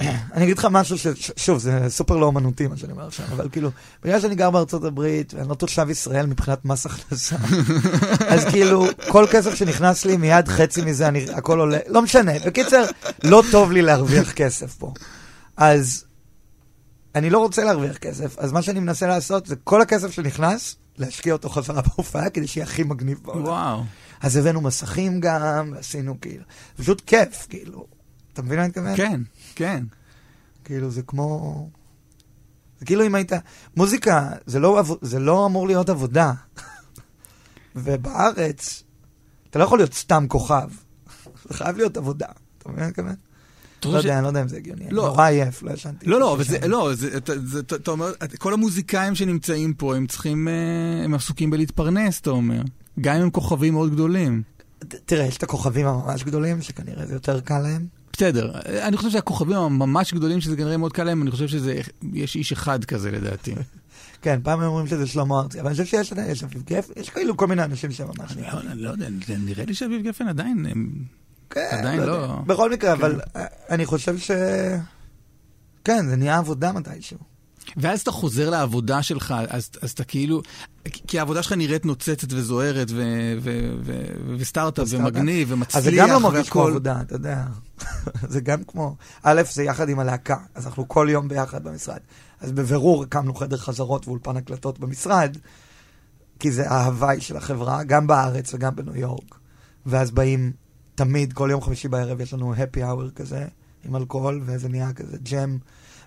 Speaker 6: אני אגיד לך משהו ש... ש- שוב, זה סופר לא אומנותי מה שאני אומר עכשיו, אבל כאילו, בגלל שאני גר בארצות הברית, ואני לא תושב ישראל מבחינת מס הכנסה, אז כאילו, כל כסף שנכנס לי, מיד חצי מזה, אני, הכל עולה, לא משנה. בקיצר, לא טוב לי להרוויח כסף פה. אז אני לא רוצה להרוויח כסף, אז מה שאני מנסה לעשות זה כל הכסף שנכנס, להשקיע אותו חזרה בהופעה, כדי שיהיה הכי מגניב בעולם.
Speaker 5: וואו.
Speaker 6: אז הבאנו מסכים גם, עשינו כאילו, פשוט כיף, כאילו. אתה מבין מה אני מתכוון?
Speaker 5: כן, כן.
Speaker 6: כאילו, זה כמו... זה כאילו אם היית... מוזיקה, זה לא, עב... זה לא אמור להיות עבודה. ובארץ, אתה לא יכול להיות סתם כוכב. זה חייב להיות עבודה. אתה מבין מה אני מתכוון?
Speaker 5: אתה
Speaker 6: לא
Speaker 5: חושב ש-
Speaker 6: יודע, אני לא יודע אם זה הגיוני. אני
Speaker 5: לא.
Speaker 6: נורא עייף, לא ישנתי.
Speaker 5: לא, לא, אבל
Speaker 6: שש
Speaker 5: זה,
Speaker 6: שנים.
Speaker 5: לא, זה, אתה, זה, אתה, אתה אומר, את- כל המוזיקאים שנמצאים פה, הם צריכים, אה, הם עסוקים בלהתפרנס, אתה אומר. גם אם הם כוכבים מאוד גדולים.
Speaker 6: ת- תראה, יש את הכוכבים הממש גדולים, שכנראה זה יותר קל להם.
Speaker 5: בסדר, אה, אני חושב שהכוכבים הממש גדולים, שזה כנראה מאוד קל להם, אני חושב שזה, יש איש אחד כזה לדעתי.
Speaker 6: כן, פעם הם אומרים שזה שלמה ארצי, אבל אני חושב שיש יש אביב גפן, יש כאילו כל מיני אנשים שממש...
Speaker 5: אני לא- אני לא יודע, זה נראה לי שאביב גפן עדיין, הם-
Speaker 6: כן,
Speaker 5: עדיין לא.
Speaker 6: יודע. בכל מקרה, אבל אה, אני חושב ש... כן, זה נהיה עבודה מתישהו.
Speaker 5: ואז אתה חוזר לעבודה שלך, אז, אז אתה כאילו, כי- כי העבודה שלך נראית נוצצת וזוהרת, ו, ו, ו, ו, וסטארט-אפ,
Speaker 6: בסטארט-אפ.
Speaker 5: ומגניב, ומצליח,
Speaker 6: אז זה גם לא מרגיש כמו
Speaker 5: והכל.
Speaker 6: עבודה, אתה יודע. זה גם כמו... א', זה יחד עם הלהקה, אז אנחנו כל יום ביחד במשרד. אז בבירור הקמנו חדר חזרות ואולפן הקלטות במשרד, כי זה ההוואי של החברה, גם בארץ וגם בניו יורק. ואז באים תמיד, כל יום חמישי בערב יש לנו happy hour כזה, עם אלכוהול, וזה נהיה כזה ג'ם.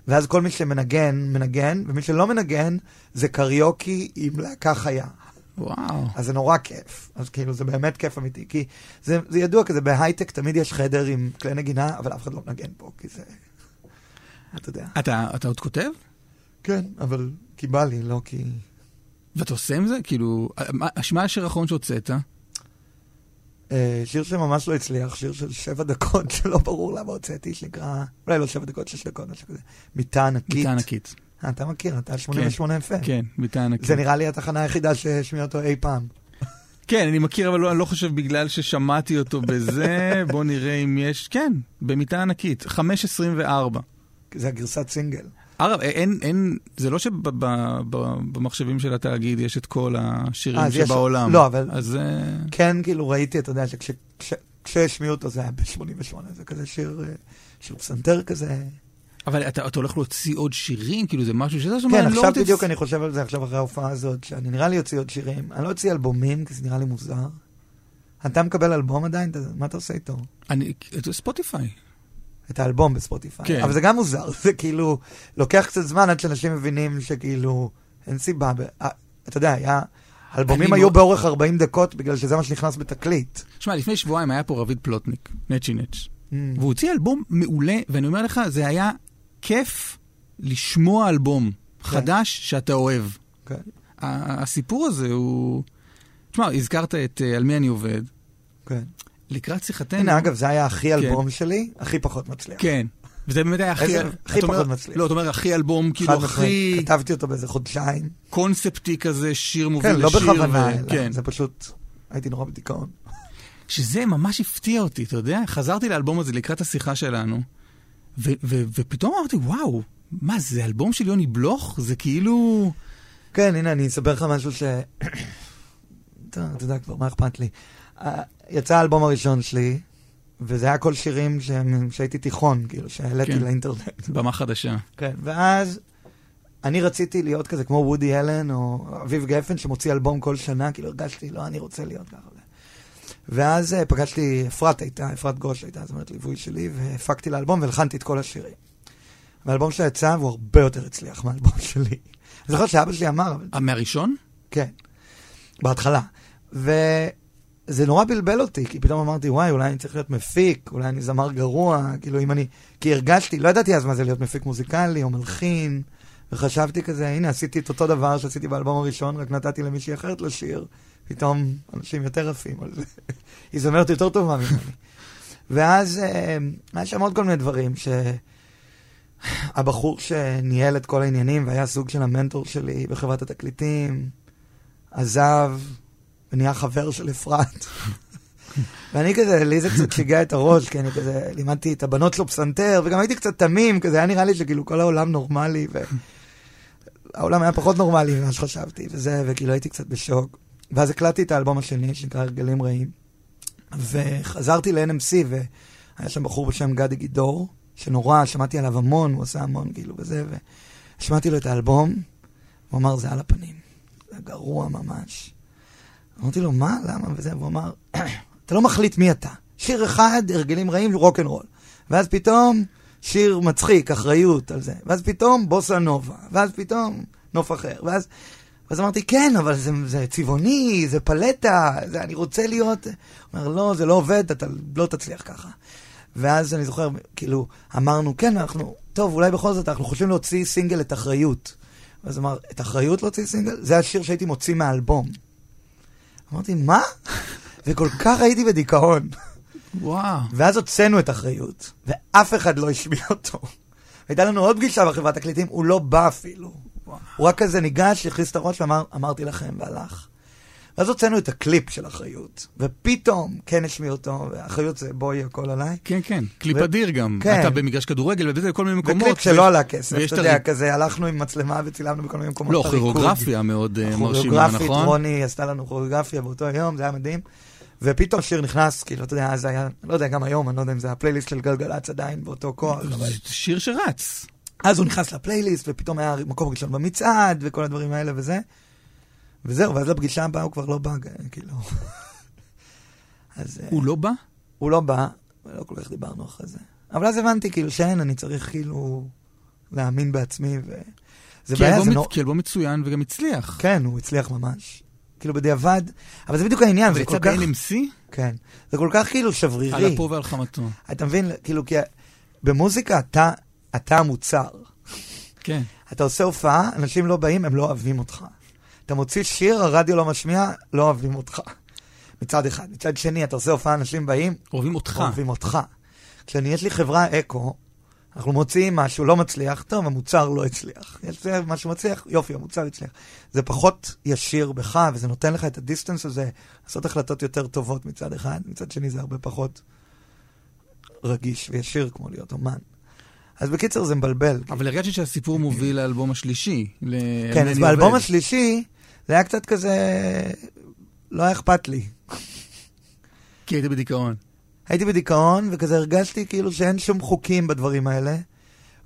Speaker 6: ואז כל מי שמנגן, מנגן, ומי שלא מנגן, זה קריוקי עם להקה חיה.
Speaker 5: וואו.
Speaker 6: אז זה נורא כיף. אז כאילו, זה באמת כיף אמיתי. כי זה, זה ידוע כזה, בהייטק תמיד יש חדר עם כלי נגינה, אבל אף אחד לא מנגן פה, כי זה... אתה יודע.
Speaker 5: אתה, אתה עוד כותב?
Speaker 6: כן, אבל כי בא לי, לא כי...
Speaker 5: ואתה עושה עם זה? כאילו, מה- מה השיר האחרון שהוצאת?
Speaker 6: אה, שיר שממש לא הצליח, שיר של שבע דקות, שלא ברור למה הוצאתי, שנקרא... אולי לא שבע דקות, שש דקות, משהו כזה. מיטה ענקית.
Speaker 5: ביטה ענקית.
Speaker 6: אה, אתה מכיר, אתה 88 FM.
Speaker 5: כן, ביטה ענקית.
Speaker 6: זה נראה לי התחנה היחידה שהשמיע אותו אי פעם.
Speaker 5: כן, אני מכיר, אבל לא, אני לא חושב בגלל ששמעתי אותו בזה, בוא נראה אם יש... כן, במיטה ענקית, 5.24.
Speaker 6: זה הגרסת סינגל.
Speaker 5: אגב, אה, אין, אין, זה לא שבמחשבים של התאגיד יש את כל השירים
Speaker 6: אז יש-
Speaker 5: שבעולם.
Speaker 6: לא, אבל-
Speaker 5: אז... אה,
Speaker 6: כן, כאילו ראיתי, אתה יודע, שכשהשמיעו אותו זה היה ב-88, זה כזה שיר, אה, שיר פסנתר כזה.
Speaker 5: אבל אתה אתה הולך להוציא עוד שירים? כאילו זה משהו שזה...
Speaker 6: כן, עכשיו בדיוק אני חושב על זה, עכשיו אחרי ההופעה הזאת, שאני נראה לי אוציא עוד שירים. אני לא אוציא אלבומים, כי זה נראה לי מוזר. אתה מקבל אלבום עדיין? אתה- מה אתה עושה איתו?
Speaker 5: אני... אה, ספוטיפיי.
Speaker 6: את האלבום בספוטיפיי.
Speaker 5: כן.
Speaker 6: אבל זה גם מוזר, זה כאילו, לוקח קצת זמן עד שאנשים מבינים שכאילו, אין סיבה. ב- אה, אתה יודע, היה... אלבומים
Speaker 5: אני
Speaker 6: היו
Speaker 5: מאוד-
Speaker 6: באורך 40 דקות, בגלל שזה מה שנכנס בתקליט.
Speaker 5: שמע, לפני שבועיים היה פה רביד פלוטניק, נצ'י נצ'.
Speaker 6: Mm.
Speaker 5: והוא הוציא אלבום מעולה, ואני אומר לך, זה היה כיף לשמוע אלבום חדש שאתה אוהב.
Speaker 6: כן.
Speaker 5: ה- הסיפור הזה הוא... תשמע, הזכרת את אה, על מי אני עובד,
Speaker 6: כן.
Speaker 5: לקראת שיחתנו...
Speaker 6: הנה, אגב, זה היה הכי אלבום שלי, הכי פחות מצליח.
Speaker 5: כן. וזה באמת היה הכי...
Speaker 6: איזה-
Speaker 5: אתה
Speaker 6: הכי
Speaker 5: אומר-
Speaker 6: פחות מצליח.
Speaker 5: לא, אתה אומר הכי אלבום,
Speaker 6: חד
Speaker 5: כאילו
Speaker 6: משמעית.
Speaker 5: הכי
Speaker 6: כתבתי אותו באיזה חודשיים.
Speaker 5: קונספטי כזה, שיר מוביל
Speaker 6: כן,
Speaker 5: לשיר.
Speaker 6: לא בכוונה,
Speaker 5: ו-
Speaker 6: אלא
Speaker 5: כן.
Speaker 6: זה פשוט, הייתי נורא בדיכאון.
Speaker 5: שזה ממש הפתיע אותי, אתה יודע? חזרתי לאלבום הזה לקראת השיחה שלנו, ו- ו- ופתאום אמרתי, וואו, מה, זה אלבום של יוני בלוך? זה כאילו...
Speaker 6: כן, הנה, אני אספר לך משהו ש... טוב, אתה יודע כבר, מה אכפת לי? אה, יצא האלבום הראשון שלי, וזה היה כל שירים ש- שהייתי תיכון, כאילו, שהעליתי
Speaker 5: כן.
Speaker 6: לאינטרנט.
Speaker 5: במה חדשה.
Speaker 6: כן, ואז אני רציתי להיות כזה כמו וודי אלן או אביב גפן שמוציא אלבום כל שנה, כאילו הרגשתי, לא, אני רוצה להיות ככה. ואז אה, פגשתי, אפרת הייתה, אפרת גוש הייתה, זאת אומרת ליווי שלי, והפקתי לאלבום והלחנתי את כל השירים. והאלבום שלה יצא, והוא הרבה יותר הצליח מהאלבום שלי. אני זוכר שאבא שלי אמר, אבל
Speaker 5: אה, מהראשון?
Speaker 6: כן, בהתחלה. וזה נורא בלבל אותי, כי פתאום אמרתי, וואי, אולי אני צריך להיות מפיק, אולי אני זמר גרוע, כאילו אם אני... כי הרגשתי, לא ידעתי אז מה זה להיות מפיק מוזיקלי או מלחין, וחשבתי כזה, הנה, עשיתי את אותו דבר שעשיתי באלבום הראשון, רק נתתי למישהי אחרת לשיר, פתאום אנשים יותר עפים על זה. היא זמרת יותר טובה ממני. ואז אה, היה שם עוד כל מיני דברים, שהבחור שניהל את כל העניינים והיה סוג של המנטור שלי בחברת התקליטים, עזב ונהיה חבר של אפרת. ואני כזה, לי זה קצת שיגע את הראש, כי אני כזה לימדתי את הבנות שלו פסנתר, וגם הייתי קצת תמים, כזה היה נראה לי שכאילו כל העולם נורמלי, והעולם היה פחות נורמלי ממה שחשבתי, וזה, וכאילו הייתי קצת בשוק. ואז הקלטתי את האלבום השני, שנקרא הרגלים רעים, וחזרתי ל-NMC, והיה שם בחור בשם גדי גידור, שנורא, שמעתי עליו המון, הוא עשה המון כאילו וזה, ושמעתי לו את האלבום, הוא אמר, זה על הפנים. זה גרוע ממש. אמרתי לו, מה? למה? וזה, והוא אמר, אתה לא מחליט מי אתה. שיר אחד, הרגלים רעים, רוקנרול. ואז פתאום, שיר מצחיק, אחריות על זה. ואז פתאום, בוסה נובה. ואז פתאום, נוף אחר. ואז, ואז אמרתי, כן, אבל זה, זה צבעוני, זה פלטה, זה, אני רוצה להיות... הוא אומר, לא, זה לא עובד, אתה לא תצליח ככה. ואז אני זוכר, כאילו, אמרנו, כן, אנחנו, טוב, אולי בכל זאת, אנחנו חושבים להוציא סינגל את אחריות. ואז אמר, את אחריות להוציא סינגל? זה השיר שהייתי מוציא מהאלבום. אמרתי, מה? וכל כך הייתי בדיכאון.
Speaker 5: וואו.
Speaker 6: ואז הוצאנו את אחריות, ואף אחד לא השמיע אותו. הייתה לנו עוד פגישה בחברת תקליטים, הוא לא בא אפילו. הוא רק כזה ניגש, הכניס את הראש ואמר, אמרתי לכם, והלך. ואז הוצאנו את הקליפ של אחריות, ופתאום כן השמיע אותו, ואחריות זה בואי הכל עליי.
Speaker 5: כן, כן, קליפ
Speaker 6: ו-
Speaker 5: אדיר גם.
Speaker 6: כן.
Speaker 5: אתה במגרש כדורגל ובזה, בכל מיני מקומות.
Speaker 6: וקליפ
Speaker 5: ו-
Speaker 6: שלא עלה כסף,
Speaker 5: ויש
Speaker 6: אתה
Speaker 5: את
Speaker 6: יודע,
Speaker 5: הריקוד.
Speaker 6: כזה הלכנו עם מצלמה וצילמנו בכל מיני מקומות.
Speaker 5: לא,
Speaker 6: את הריקוד.
Speaker 5: כוריאוגרפיה מאוד אה, מרשימה,
Speaker 6: כוריאוגרפית,
Speaker 5: נכון?
Speaker 6: רוני עשתה לנו כוריאוגרפיה באותו יום, זה היה מדהים. ופתאום שיר נכנס, כאילו, אתה יודע, אז היה, לא יודע, גם היום, אני לא יודע אם זה הפלייליסט של גלגלצ עדיין באותו כוח, אבל...
Speaker 5: זה שיר
Speaker 6: אה,
Speaker 5: שרץ.
Speaker 6: אז הוא נכנס לפלייליסט, ופתאום היה מקום ראשון במצעד, וכל הדברים האלה וזה. וזהו, ואז לפגישה הבאה הוא כבר לא בא, כאילו. אז אה,
Speaker 5: הוא לא בא?
Speaker 6: הוא לא בא, ולא כל כך דיברנו אחרי זה. אבל אז הבנתי, כאילו, שאין, אני צריך כאילו להאמין בעצמי, ו... זה
Speaker 5: כי
Speaker 6: בעיה,
Speaker 5: אלבום
Speaker 6: זה
Speaker 5: מצ-
Speaker 6: נורא...
Speaker 5: כי אלבום מצוין וגם הצליח.
Speaker 6: כן, הוא הצליח ממש. כאילו בדיעבד, אבל זה בדיוק העניין,
Speaker 5: אבל
Speaker 6: זה
Speaker 5: יצא
Speaker 6: כל כך...
Speaker 5: ב-NMC?
Speaker 6: כן. זה כל כך כאילו שברירי.
Speaker 5: על אפו ועל חמתו.
Speaker 6: אתה מבין? כאילו, כי במוזיקה אתה, אתה המוצר.
Speaker 5: כן.
Speaker 6: אתה עושה הופעה, אנשים לא באים, הם לא אוהבים אותך. אתה מוציא שיר, הרדיו לא משמיע, לא אוהבים אותך. מצד אחד. מצד שני, אתה עושה הופעה, אנשים באים,
Speaker 5: אוהבים אותך.
Speaker 6: אוהבים אותך. כשאני, יש לי חברה אקו, אנחנו מוציאים משהו, לא מצליח, טוב, המוצר לא הצליח. יש לי משהו מצליח, יופי, המוצר הצליח. זה פחות ישיר בך, וזה נותן לך את הדיסטנס הזה, לעשות החלטות יותר טובות מצד אחד, מצד שני זה הרבה פחות רגיש וישיר כמו להיות אומן. אז בקיצר, זה מבלבל.
Speaker 5: אבל הרגשתי שהסיפור מוביל לאלבום השלישי. ל-
Speaker 6: כן,
Speaker 5: "אינני
Speaker 6: אז באלבום
Speaker 5: עובד".
Speaker 6: השלישי, זה היה קצת כזה... לא היה אכפת לי.
Speaker 5: כי הייתי בדיכאון.
Speaker 6: הייתי בדיכאון, וכזה הרגשתי כאילו שאין שום חוקים בדברים האלה,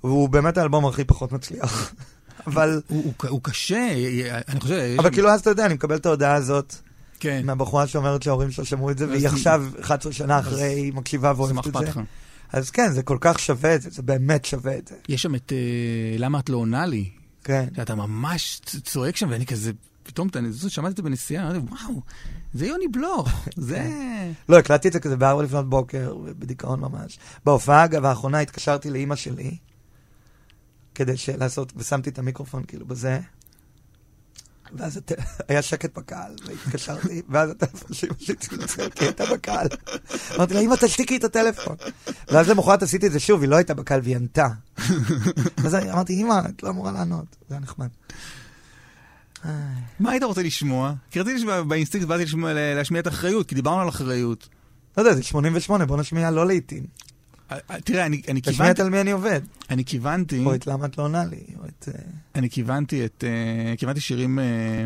Speaker 6: והוא באמת האלבום הכי פחות מצליח. אבל,
Speaker 5: הוא- הוא ק- הוא קשה, אה, אני חושב... יש
Speaker 6: אבל
Speaker 5: שם-
Speaker 6: כאילו אז אתה יודע, אני מקבל את ההודעה הזאת
Speaker 5: כן.
Speaker 6: מהבחורה שאומרת שההורים שלה שמעו את זה, והיא
Speaker 5: אז-
Speaker 6: עכשיו, 11 שנה אחרי, היא מקשיבה
Speaker 5: אז מה
Speaker 6: ואוהבת את
Speaker 5: אכפת
Speaker 6: זה.
Speaker 5: לך?
Speaker 6: אז כן, זה כל כך שווה את זה, זה באמת שווה את זה.
Speaker 5: יש שם את אה, למה את לא עונה לי.
Speaker 6: כן.
Speaker 5: אתה ממש צ- צועק שם, ואני כזה, פתאום, אתה- אני זוכר, שמעתי את זה בנסיעה, אמרתי, וואו, זה יוני בלוך, זה...
Speaker 6: לא, הקלטתי את זה כזה בארבע לפנות בוקר, בדיכאון ממש. בהופעה, אגב, האחרונה התקשרתי לאימא שלי, כדי ש- לעשות, ושמתי את המיקרופון כאילו בזה, ואז הט... היה שקט בקהל, והתקשרתי, ואז הטלפון של אמא שלי צלצל, כי היא הייתה בקהל. אמרתי לה, אמא, תשתיקי את הטלפון. ואז למחרת עשיתי את זה שוב, היא לא הייתה בקהל והיא ענתה. אז אני אמרתי, אמא, את לא אמורה לענות, זה היה נחמד.
Speaker 5: מה היית רוצה לשמוע? כי רציתי לשמוע, באינסטינקט באתי לשמוע- להשמיע את אחריות, כי דיברנו על אחריות.
Speaker 6: לא יודע, זה 88, בוא נשמיע לא לעיתים.
Speaker 5: אה, אה, תראה, אני אני
Speaker 6: תשמיע את
Speaker 5: כיוונתי-
Speaker 6: על מי אני עובד,
Speaker 5: אני כיוונתי...
Speaker 6: או את למה את לא עונה לי, או את... אה,
Speaker 5: אני כיוונתי את... אה, כיוונתי שירים... אה,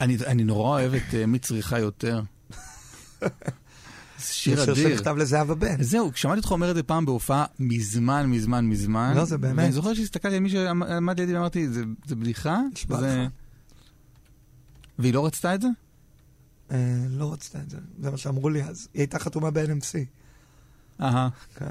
Speaker 5: אני, אני נורא אוהב את אה, מי צריכה יותר. זה שיר
Speaker 6: שיר
Speaker 5: אדיר.
Speaker 6: שנכתב לזהבה בן.
Speaker 5: זהו, שמעתי אותך אומר את זה פעם בהופעה מזמן, מזמן, מזמן.
Speaker 6: לא, זה באמת.
Speaker 5: ואני זוכר שהסתכלתי על מי שעמד לידי ואמרתי, זה, זה בדיחה?
Speaker 6: נשבע
Speaker 5: זה...
Speaker 6: לך.
Speaker 5: והיא לא רצתה את זה?
Speaker 6: אה, לא רצתה את זה, זה מה שאמרו לי אז. היא הייתה חתומה ב-NMC.
Speaker 5: אהה.
Speaker 6: כן.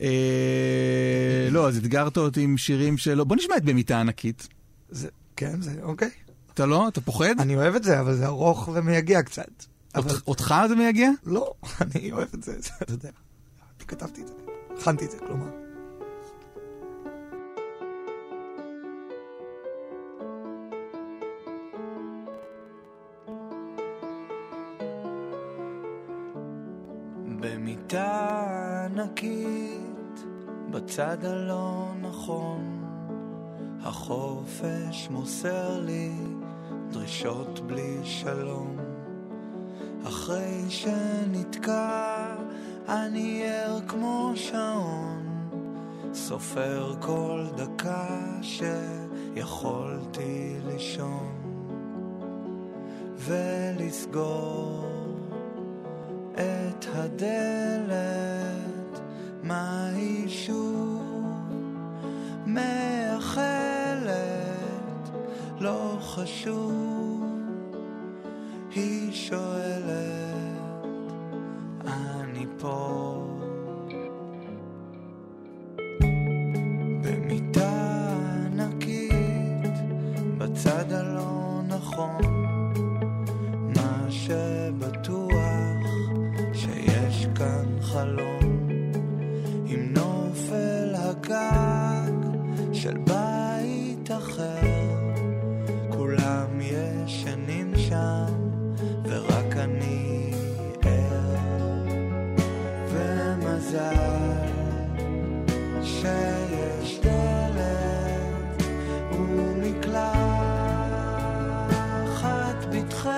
Speaker 5: אה, לא, אז אתגרת אותי עם שירים שלא... בוא נשמע את במיטה ענקית.
Speaker 6: זה, כן, זה, אוקיי.
Speaker 5: אתה לא? אתה פוחד?
Speaker 6: אני אוהב את זה, אבל זה ארוך ומייגע קצת. אבל
Speaker 5: אותך- אותך זה מייגע?
Speaker 6: לא, אני אוהב את זה, זה, אתה יודע. כתבתי את זה, הכנתי את זה, כלומר.
Speaker 4: במיטה ענקית בצד הלא נכון, החופש מוסר לי דרישות בלי שלום. אחרי שנתקע אני ער כמו שעון, סופר כל דקה שיכולתי לישון ולסגור את הדלת, מה היא שוב מאחלת, לא חשוב, היא שואלת, אני פה. במיטה ענקית, בצד הלא נכון, מה שבטוח שיש כאן חלום עם נוף אל הגג של בית אחר כולם ישנים שם ורק אני ער ומזל שיש דלת ומקלחת בתכלת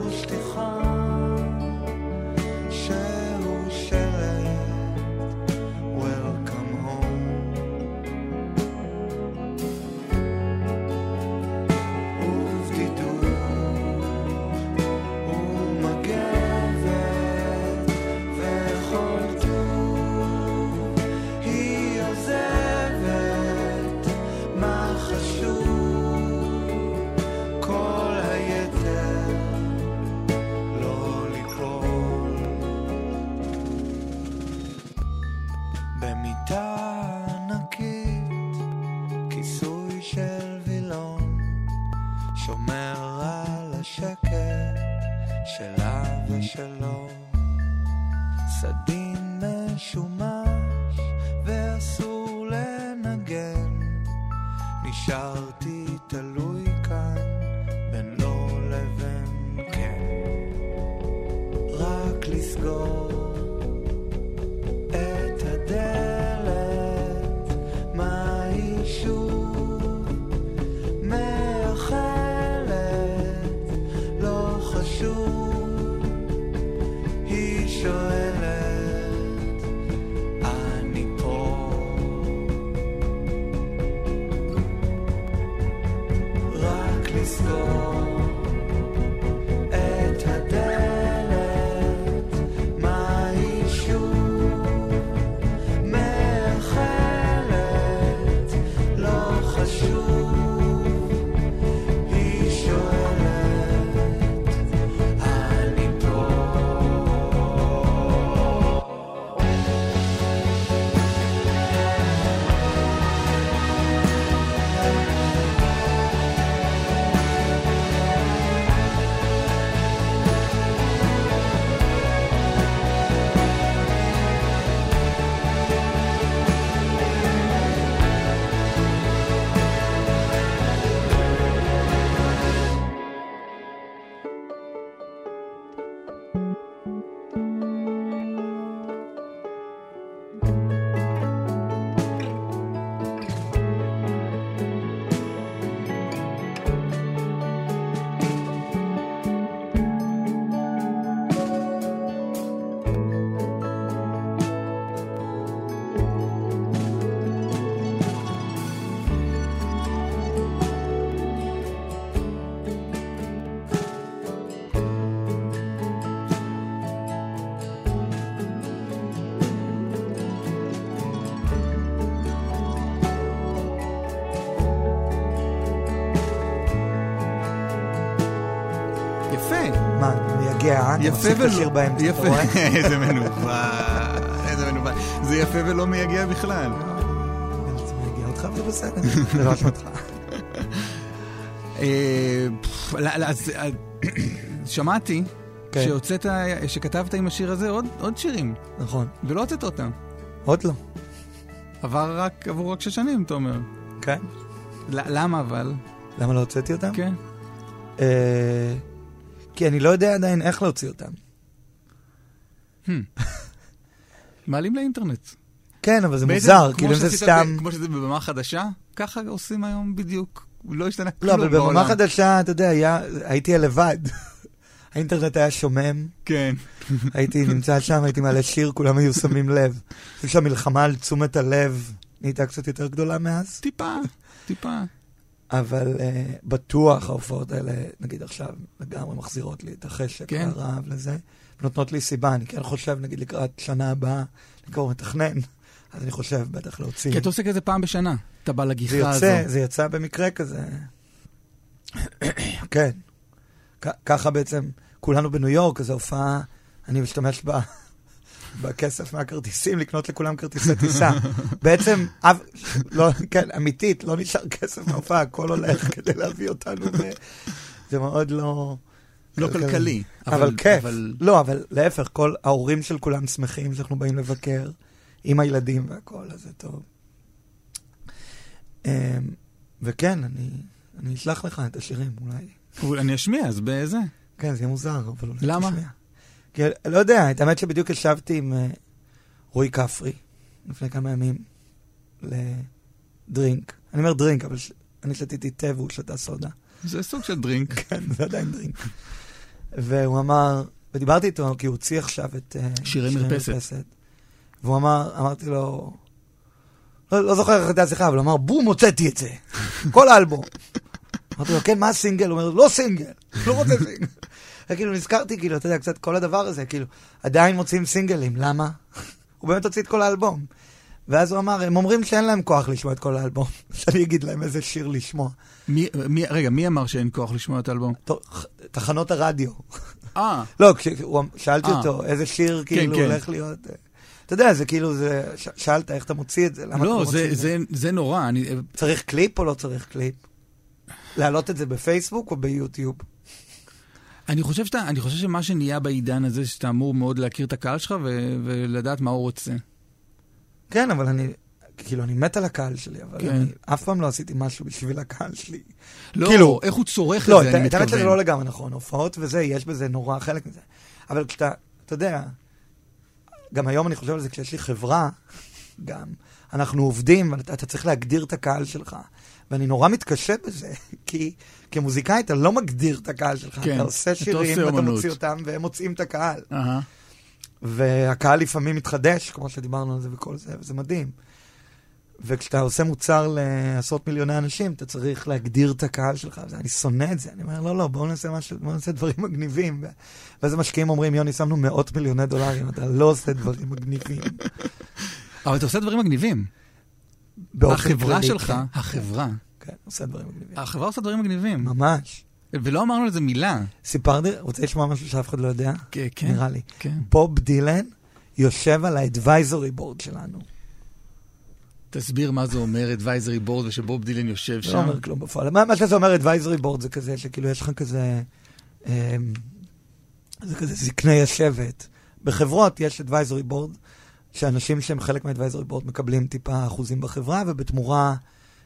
Speaker 4: ושטיחון שהוא שלט Welcome home ובדידות ומגבת וכל טוב היא עוזבת מה חשוב כל היתר לא ליפול במיטה ענקית, כיסוי של וילון, שומר על השקט שלה ושלו. סדין משומש ואסור לנגן, נשארתי תלוי כאן בין לא לבין כן. רק לסגור את הדלת, מה היא שוב מאחלת, לא חשוב, היא שואלת, אני פה. רק לסגור את הדלת, מה היא שוב מאחלת, לא חשוב, היא שואלת, אני פה.
Speaker 5: יפה.
Speaker 6: מה, אני אגיע, אה? אני מפסיק
Speaker 5: ולא-
Speaker 6: לשיר באמצע, אתה
Speaker 5: יפה.
Speaker 6: רואה?
Speaker 5: איזה מנוול, איזה מנוול. זה יפה ולא מייגע בכלל.
Speaker 6: אני אגיע אותך וזה בסדר, זה לא אשמתך.
Speaker 5: אה, פפ, לא, לא, אז אה, שמעתי
Speaker 6: כן.
Speaker 5: שהוצאת, שכתבת עם השיר הזה עוד עוד שירים,
Speaker 6: נכון.
Speaker 5: ולא הוצאת אותם.
Speaker 6: עוד לא.
Speaker 5: עבר רק, עברו רק שש שנים, תומר.
Speaker 6: כן.
Speaker 5: ל- למה אבל?
Speaker 6: למה לא הוצאתי אותם?
Speaker 5: כן.
Speaker 6: אה, כי אני לא יודע עדיין איך להוציא אותם.
Speaker 5: מעלים לאינטרנט.
Speaker 6: כן, אבל זה
Speaker 5: בעצם,
Speaker 6: מוזר,
Speaker 5: כמו
Speaker 6: כאילו אם זה
Speaker 5: שעשית
Speaker 6: סתם...
Speaker 5: ב- כמו שזה בבמה חדשה, ככה עושים היום בדיוק. לא השתנה
Speaker 6: לא,
Speaker 5: כלום
Speaker 6: אבל
Speaker 5: בעולם.
Speaker 6: בבמה חדשה, אתה יודע, היה- הייתי לבד. האינטרנט היה שומם,
Speaker 5: כן.
Speaker 6: הייתי נמצא שם, הייתי מעלה שיר, כולם היו שמים לב. אני חושב שהמלחמה על תשומת הלב נהייתה קצת יותר גדולה מאז,
Speaker 5: טיפה, טיפה.
Speaker 6: כן. אבל אה, בטוח ההופעות האלה, נגיד עכשיו, לגמרי מחזירות לי את החשק,
Speaker 5: כן.
Speaker 6: הרעב לזה, ונותנות לי סיבה. אני כן חושב, נגיד לקראת שנה הבאה, אני כבר מתכנן, אז אני חושב בטח להוציא.
Speaker 5: כי אתה עושה כזה פעם בשנה, אתה בא
Speaker 6: זה
Speaker 5: לגיחה הזו.
Speaker 6: יוצא, זה יצא במקרה כזה. כן. כ- ככה בעצם, כולנו בניו יורק, זו הופעה, אני משתמש בה, בכסף מהכרטיסים, לקנות לכולם כרטיסי טיסה. בעצם, אף, לא, כן, אמיתית, לא נשאר כסף מההופעה, הכל הולך כדי להביא אותנו, ו... זה מאוד לא...
Speaker 5: לא כלכלי.
Speaker 6: אבל כיף.
Speaker 5: אבל-
Speaker 6: לא, אבל להפך, כל ההורים של כולם שמחים שאנחנו באים לבקר, עם הילדים והכל, אז זה טוב. אמ, וכן, אני, אני אשלח לך את השירים, אולי.
Speaker 5: אבל אני אשמיע, אז בזה.
Speaker 6: כן, זה יהיה מוזר, אבל אולי
Speaker 5: למה?
Speaker 6: תשמע. כי, לא יודע, את האמת שבדיוק ישבתי עם אה, רועי כפרי לפני כמה ימים לדרינק. אני אומר דרינק, אבל ש... אני שתיתי תה והוא שתה סודה.
Speaker 5: זה סוג של דרינק.
Speaker 6: כן, זה עדיין דרינק. והוא אמר, ודיברתי איתו, כי הוא הוציא עכשיו את אה,
Speaker 5: שירי מרפסת.
Speaker 6: והוא אמר, אמרתי לו, לא, לא זוכר איך הייתה השיחה, אבל הוא אמר, בום, הוצאתי את זה. כל האלבום. אמרתי לו, כן, מה הסינגל? הוא אומר, לא סינגל, לא רוצה סינגל. וכאילו נזכרתי, כאילו, אתה יודע, קצת כל הדבר הזה, כאילו, עדיין מוציאים סינגלים, למה? הוא באמת הוציא את כל האלבום. ואז הוא אמר, הם אומרים שאין להם כוח לשמוע את כל האלבום, שאני אגיד להם איזה שיר לשמוע.
Speaker 5: מי- מי- רגע, מי אמר שאין כוח לשמוע את האלבום?
Speaker 6: טוב, תחנות הרדיו,
Speaker 5: אה,
Speaker 6: לא, כשהוא- שאלתי
Speaker 5: אה.
Speaker 6: אותו, איזה שיר כאילו
Speaker 5: כן.
Speaker 6: הולך להיות... אה, אתה יודע, זה כאילו, זה- ש- שאלת איך אתה מוציא את זה, למה אתה
Speaker 5: לא,
Speaker 6: מוציא
Speaker 5: זה-
Speaker 6: את זה?
Speaker 5: זה- זה נורא. אני-
Speaker 6: צריך קליפ או לא צריך קליפ? להעלות את זה בפייסבוק או ביוטיוב?
Speaker 5: אני חושב שאתה- אני חושב שמה שנהיה בעידן הזה, שאתה אמור מאוד להכיר את הקהל שלך ו- ולדעת מה הוא רוצה.
Speaker 6: כן, אבל אני, כאילו, אני מת על הקהל שלי, אבל
Speaker 5: כן.
Speaker 6: אני אף פעם לא עשיתי משהו בשביל הקהל שלי.
Speaker 5: לא,
Speaker 6: כאילו-
Speaker 5: איך הוא צורך את
Speaker 6: לא,
Speaker 5: זה, אני
Speaker 6: את האמת שזה
Speaker 5: מתכוון.
Speaker 6: לא לגמרי נכון, הופעות וזה, יש בזה נורא חלק מזה. אבל כשאתה, אתה יודע, גם היום אני חושב על זה, כשיש לי חברה, גם, אנחנו עובדים, אבל אתה אתה צריך להגדיר את הקהל שלך. ואני נורא מתקשה בזה, כי כמוזיקאי אתה לא מגדיר את הקהל שלך,
Speaker 5: כן,
Speaker 6: אתה עושה
Speaker 5: אתה
Speaker 6: שירים,
Speaker 5: עושה
Speaker 6: ואתה
Speaker 5: אומנות.
Speaker 6: מוציא אותם, והם מוצאים את הקהל.
Speaker 5: אהה.
Speaker 6: והקהל לפעמים מתחדש, כמו שדיברנו על זה וכל זה, וזה מדהים. וכשאתה עושה מוצר לעשרות מיליוני אנשים, אתה צריך להגדיר את הקהל שלך. וזה- אני שונא את זה, אני אומר, לא, לא, בואו נעשה משהו, בואו נעשה דברים מגניבים. ו- ואז המשקיעים אומרים, יוני, שמנו מאות מיליוני דולרים, אתה לא עושה דברים מגניבים.
Speaker 5: אבל אתה עושה דברים מגניבים.
Speaker 6: באופן
Speaker 5: החברה
Speaker 6: כללי,
Speaker 5: שלך,
Speaker 6: כן,
Speaker 5: החברה,
Speaker 6: כן, עושה דברים מגניבים.
Speaker 5: החברה עושה דברים מגניבים.
Speaker 6: ממש.
Speaker 5: ולא אמרנו על זה מילה.
Speaker 6: סיפרתי, רוצה לשמוע משהו שאף אחד לא יודע?
Speaker 5: כן, כן.
Speaker 6: נראה לי.
Speaker 5: כן.
Speaker 6: בוב דילן יושב על ה-advisory board שלנו.
Speaker 5: תסביר מה זה אומר advisory board ושבוב דילן יושב
Speaker 6: לא
Speaker 5: שם.
Speaker 6: אומר כלום בפועל. מה, מה שזה אומר advisory board זה כזה, שכאילו יש לך כזה, אמ, זה כזה זקני השבט. בחברות יש advisory board, שאנשים שהם חלק מה-advisory board מקבלים טיפה אחוזים בחברה, ובתמורה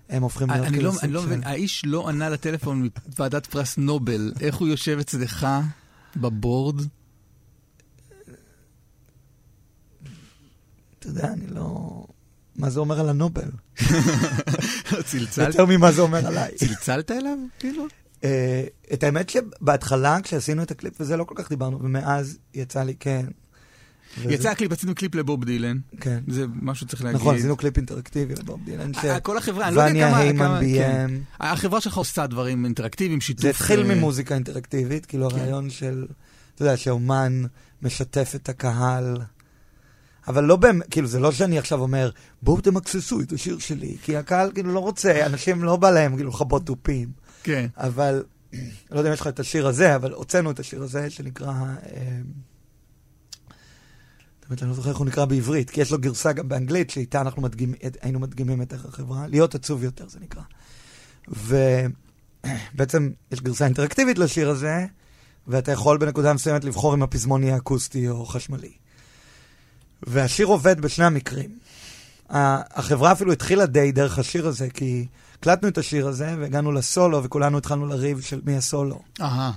Speaker 6: הם הופכים להיות
Speaker 5: אני
Speaker 6: כאילו
Speaker 5: לא-
Speaker 6: סוג
Speaker 5: אני לא
Speaker 6: של-
Speaker 5: מבין, האיש לא ענה לטלפון מוועדת פרס נובל, איך הוא יושב אצלך בבורד?
Speaker 6: אתה יודע, אני לא... מה זה אומר על הנובל?
Speaker 5: צלצלת?
Speaker 6: יותר ממה זה אומר עליי.
Speaker 5: צלצלת אליו? כאילו?
Speaker 6: אה, את האמת שבהתחלה, כשעשינו את הקליפ וזה, לא כל כך דיברנו, ומאז יצא לי כן. וזה-
Speaker 5: יצא הקליפ, עשינו קליפ לבוב דילן.
Speaker 6: כן.
Speaker 5: זה משהו שצריך להגיד.
Speaker 6: נכון, עשינו קליפ אינטראקטיבי לבוב דילן. ש-
Speaker 5: אה, כל החברה, אני לא יודע
Speaker 6: וניה
Speaker 5: כמה...
Speaker 6: היימן
Speaker 5: כמה- כן.
Speaker 6: ביים.
Speaker 5: החברה שלך עושה דברים אינטראקטיביים, שיתוף...
Speaker 6: זה התחיל
Speaker 5: אה,
Speaker 6: ממוזיקה אינטראקטיבית, כאילו
Speaker 5: כן.
Speaker 6: הרעיון של, אתה יודע, שהאומן משתף את הקהל. אבל לא באמת, כאילו, זה לא שאני עכשיו אומר, בואו תמקססו את השיר שלי, כי הקהל כאילו לא רוצה, אנשים לא בא להם כאילו לכבות תופים.
Speaker 5: כן.
Speaker 6: אבל, לא יודע אם יש לך את השיר הזה, אבל הוצאנו את השיר הזה, שנקרא... אה, באמת, אני לא זוכר איך הוא נקרא בעברית, כי יש לו גרסה גם באנגלית, שאיתה אנחנו מדגימים, היינו מדגימים את ערך החברה, להיות עצוב יותר זה נקרא. ובעצם יש גרסה אינטראקטיבית לשיר הזה, ואתה יכול בנקודה מסוימת לבחור אם הפזמון יהיה אקוסטי או חשמלי. והשיר עובד בשני המקרים. ה- החברה אפילו התחילה די דרך השיר הזה, כי הקלטנו את השיר הזה והגענו לסולו וכולנו התחלנו לריב של מי הסולו.
Speaker 5: אהה.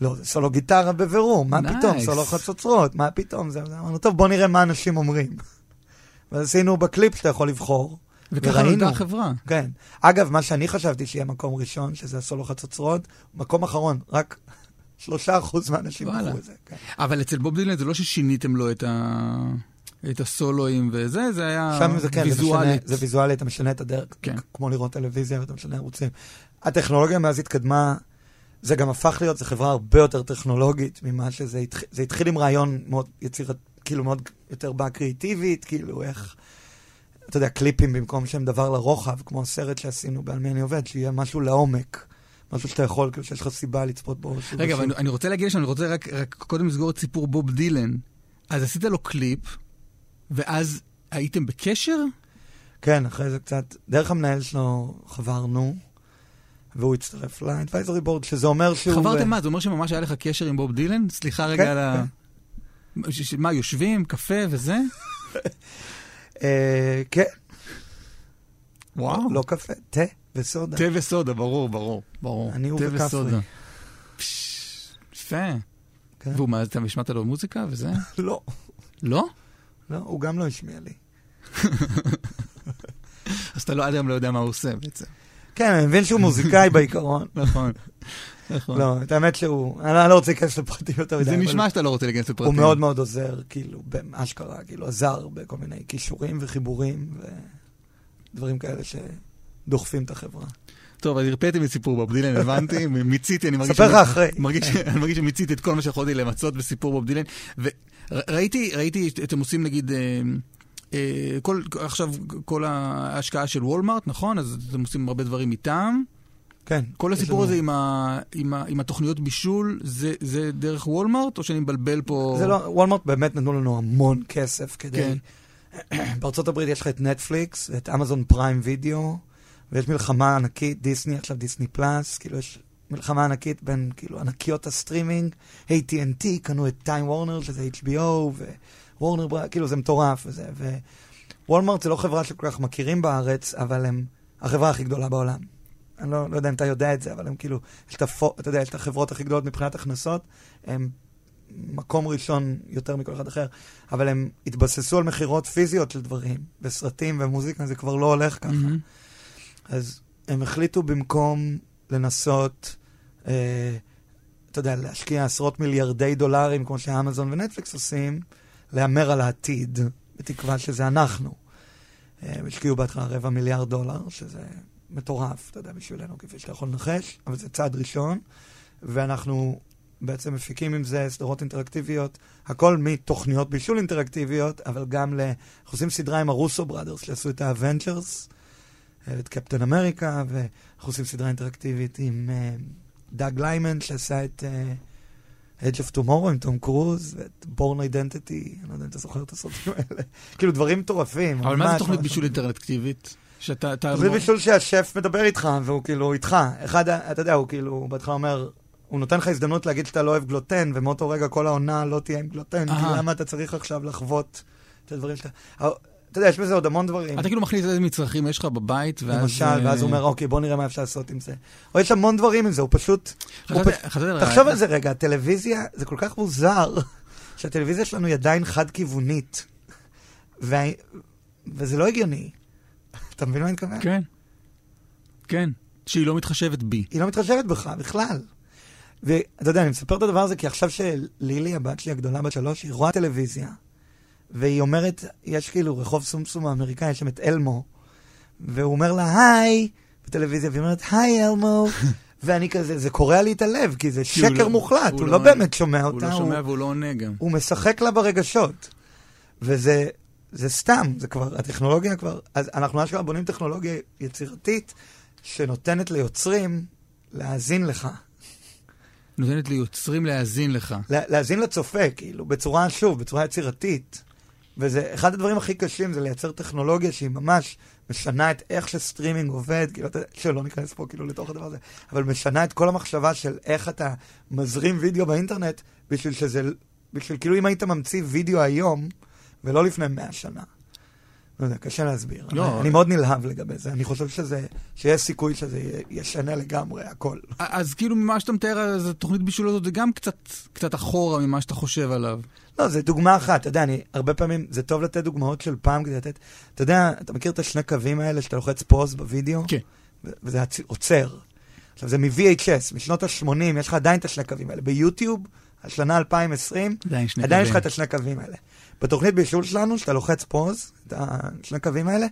Speaker 6: לא, זה סולו גיטרה בבירור, מה
Speaker 5: Nice.
Speaker 6: פתאום, סולו חצוצרות, מה פתאום, זה, זה אמרנו, טוב, בוא נראה מה אנשים אומרים. ואז עשינו בקליפ שאתה יכול לבחור.
Speaker 5: וככה
Speaker 6: וראינו.
Speaker 5: נולדה החברה.
Speaker 6: כן. אגב, מה שאני חשבתי שיהיה מקום ראשון, שזה הסולו חצוצרות, מקום אחרון, רק שלושה אחוז מהאנשים
Speaker 5: וואלה.
Speaker 6: בחרו את זה. כן.
Speaker 5: אבל אצל בוב דילן זה לא ששיניתם לו את, ה... את הסולואים וזה, זה היה
Speaker 6: שם זה כן, זה משנה,
Speaker 5: ויזואלית.
Speaker 6: זה ויזואלי, אתה משנה את הדרך,
Speaker 5: כן.
Speaker 6: כמו לראות טלוויזיה ואתה משנה ערוצים. הטכנולוגיה מאז התקדמה, זה גם הפך להיות, זו חברה הרבה יותר טכנולוגית ממה שזה התחיל, זה התחיל עם רעיון מאוד יצירת, כאילו מאוד יותר בקריאיטיבית, כאילו איך, אתה יודע, קליפים במקום שהם דבר לרוחב, כמו הסרט שעשינו בעל מי אני עובד, שיהיה משהו לעומק, משהו שאתה יכול, כאילו שיש לך סיבה לצפות בו. שוב
Speaker 5: רגע,
Speaker 6: ושוב.
Speaker 5: אבל אני- אני רוצה להגיד שאני רוצה רק, רק קודם לסגור את סיפור בוב דילן. אז עשית לו קליפ, ואז הייתם בקשר?
Speaker 6: כן, אחרי זה קצת, דרך המנהל שלו חברנו, והוא הצטרף ל-advisory board, שזה אומר שהוא...
Speaker 5: חברתם מה? זה אומר שממש היה לך קשר עם בוב דילן? סליחה
Speaker 6: אה, כן,
Speaker 5: רגע על ה... ש- ש- מה, יושבים, קפה וזה?
Speaker 6: אה, כן,
Speaker 5: וואו.
Speaker 6: לא קפה, תה וסודה.
Speaker 5: תה וסודה, ברור, ברור. ברור.
Speaker 6: אני הוא
Speaker 5: תה
Speaker 6: וכפרי.
Speaker 5: וסודה. פש, יפה.
Speaker 6: כן.
Speaker 5: והוא, מה, אתה השמעת לו מוזיקה וזה?
Speaker 6: לא,
Speaker 5: לא?
Speaker 6: לא, הוא גם לא השמיע לי.
Speaker 5: אז אתה לא עד היום לא יודע מה הוא עושה בעצם.
Speaker 6: כן, אני מבין שהוא מוזיקאי בעיקרון.
Speaker 5: נכון. נכון.
Speaker 6: לא, את האמת שהוא, אני לא רוצה להיכנס לפרטים יותר מדי.
Speaker 5: זה
Speaker 6: אבל
Speaker 5: נשמע שאתה לא רוצה להיכנס לפרטים.
Speaker 6: הוא מאוד מאוד עוזר, כאילו, באשכרה, כאילו, עזר בכל מיני כישורים וחיבורים ודברים כאלה שדוחפים את החברה.
Speaker 5: טוב, אז הרפאתי מסיפור בוב דילן, הבנתי, מיציתי, אני מרגיש...
Speaker 6: ספר
Speaker 5: שאני-
Speaker 6: לך אחרי.
Speaker 5: מרגיש, אני מרגיש שמיציתי את כל מה שיכולתי למצות בסיפור בוב דילן. וראיתי, ראיתי, אתם עושים נגיד, אה, אה, כל, עכשיו כל ההשקעה של וולמארט, נכון? אז אתם עושים הרבה דברים איתם.
Speaker 6: כן.
Speaker 5: כל
Speaker 6: יש
Speaker 5: הסיפור
Speaker 6: לנו-
Speaker 5: הזה עם, ה, עם, ה, עם התוכניות בישול, זה, זה דרך וולמארט, או שאני מבלבל פה...
Speaker 6: זה לא, וולמרט באמת נתנו לנו המון כסף
Speaker 5: כן.
Speaker 6: כדי... בארצות הברית יש לך את נטפליקס, את אמזון פריים וידאו, ויש מלחמה ענקית, דיסני, עכשיו דיסני פלאס, כאילו יש מלחמה ענקית בין כאילו ענקיות הסטרימינג, AT&T, קנו את טיים וורנר, שזה HBO, ווורנר, בר- כאילו זה מטורף וזה, ווולמרט זה לא חברה שכל כך מכירים בארץ, אבל הם החברה הכי גדולה בעולם. אני לא, לא יודע אם אתה יודע את זה, אבל הם כאילו, יש את הפו, אתה יודע, יש את החברות הכי גדולות מבחינת הכנסות, הם מקום ראשון יותר מכל אחד אחר, אבל הם התבססו על מכירות פיזיות של דברים, וסרטים ומוזיקה, זה כבר לא הולך ככה.
Speaker 5: מהמם.
Speaker 6: אז הם החליטו במקום לנסות, אה, אתה יודע, להשקיע עשרות מיליארדי דולרים, כמו שאמזון ונטפליקס עושים, להמר על העתיד, בתקווה שזה אנחנו. אה, הם השקיעו בהתחלה רבע מיליארד דולר, שזה מטורף, אתה יודע, בשבילנו, כפי שאתה יכול לנחש, אבל זה צעד ראשון, ואנחנו בעצם מפיקים עם זה סדרות אינטראקטיביות, הכל מתוכניות בישול אינטראקטיביות, אבל גם ל... אנחנו עושים סדרה עם הרוסו בראדרס, שעשו את אה, האבנג'רס, את קפטן אמריקה, ואנחנו עושים סדרה אינטראקטיבית עם אה, דאג ליימן, שעשה את אה, Edge of Tomorrow עם תום קרוז, ואת Born Identity, אני לא יודע אם אתה זוכר את הסרטים האלה. כאילו, דברים מטורפים.
Speaker 5: אבל מה זה
Speaker 6: ממש
Speaker 5: תוכנית
Speaker 6: ממש
Speaker 5: בישול אינטרנטקטיבית? שאתה... אתה-
Speaker 6: לא. תוכנית בישול שהשף מדבר איתך, והוא כאילו איתך. אחד, ה- אתה יודע, הוא כאילו, בהתחלה אומר, הוא נותן לך הזדמנות להגיד שאתה לא אוהב גלוטן, ומאותו רגע כל העונה לא תהיה עם גלוטן,
Speaker 5: אהה.
Speaker 6: כי למה אתה צריך עכשיו לחוות את הדברים שאתה... ה- אתה יודע, יש בזה עוד המון דברים.
Speaker 5: אתה כאילו מחליט איזה מצרכים יש לך בבית, ואז... אה,
Speaker 6: למשל, ואז הוא אומר, אוקיי, בוא נראה מה אפשר לעשות עם זה. או יש המון דברים עם זה, הוא פשוט... הוא פשוט- תחשוב על זה רגע, הטלוויזיה, זה כל כך מוזר, שהטלוויזיה שלנו היא עדיין חד-כיוונית, וה- וזה לא הגיוני. אתה מבין מה אני מתכוון?
Speaker 5: כן. כן. שהיא לא מתחשבת בי.
Speaker 6: היא לא מתחשבת בך בכלל. ואתה יודע, אני מספר את הדבר הזה כי עכשיו שלילי, הבת שלי הגדולה בת שלוש, היא רואה טלוויזיה, והיא אומרת, יש כאילו רחוב סומסום האמריקאי, יש שם את אלמו, והוא אומר לה, היי, בטלוויזיה, והיא אומרת, היי אלמו, ואני כזה, זה קורע לי את הלב, כי זה
Speaker 5: כי הוא
Speaker 6: שקר
Speaker 5: לא-
Speaker 6: מוחלט,
Speaker 5: הוא
Speaker 6: הוא
Speaker 5: לא
Speaker 6: לא
Speaker 5: עונה.
Speaker 6: באמת שומע אותה,
Speaker 5: הוא לא שומע והוא לא עונה גם.
Speaker 6: הוא משחק לה ברגשות. וזה זה סתם, זה כבר, הטכנולוגיה כבר, אז אנחנו אשכרה בונים טכנולוגיה יצירתית שנותנת ליוצרים להאזין לך.
Speaker 5: נותנת ליוצרים להאזין לך.
Speaker 6: לה, להאזין לצופה, כאילו, בצורה, שוב, בצורה יצירתית. וזה, אחד הדברים הכי קשים זה לייצר טכנולוגיה שהיא ממש משנה את איך שסטרימינג עובד, כאילו, אתה, שלא ניכנס פה כאילו לתוך הדבר הזה, אבל משנה את כל המחשבה של איך אתה מזרים וידאו באינטרנט, בשביל שזה, בשביל כאילו אם היית ממציא וידאו היום, ולא לפני 100 שנה. לא יודע, קשה להסביר.
Speaker 5: לא.
Speaker 6: אני- אני מאוד נלהב לגבי זה. אני חושב שזה, שיש סיכוי שזה י- ישנה לגמרי הכל.
Speaker 5: אז כאילו ממה שאתה מתאר, אז התוכנית בישול הזאת זה גם קצת, קצת אחורה ממה שאתה חושב עליו.
Speaker 6: לא, זו דוגמה אחת, אתה יודע, אני, הרבה פעמים, זה טוב לתת דוגמאות של פעם כדי לתת, אתה יודע, אתה מכיר את השני קווים האלה שאתה לוחץ פוז בווידאו?
Speaker 5: כן.
Speaker 6: ו- וזה הצ- עוצר. עכשיו, זה מ-VHS, משנות ה-80, יש לך עדיין את השני קווים האלה. ביוטיוב, השנה 2020,
Speaker 5: עדיין שני
Speaker 6: עדיין יש לך
Speaker 5: קווים.
Speaker 6: את השני קווים האלה. בתוכנית בישול שלנו, שאתה לוחץ פוז, את השני קווים האלה,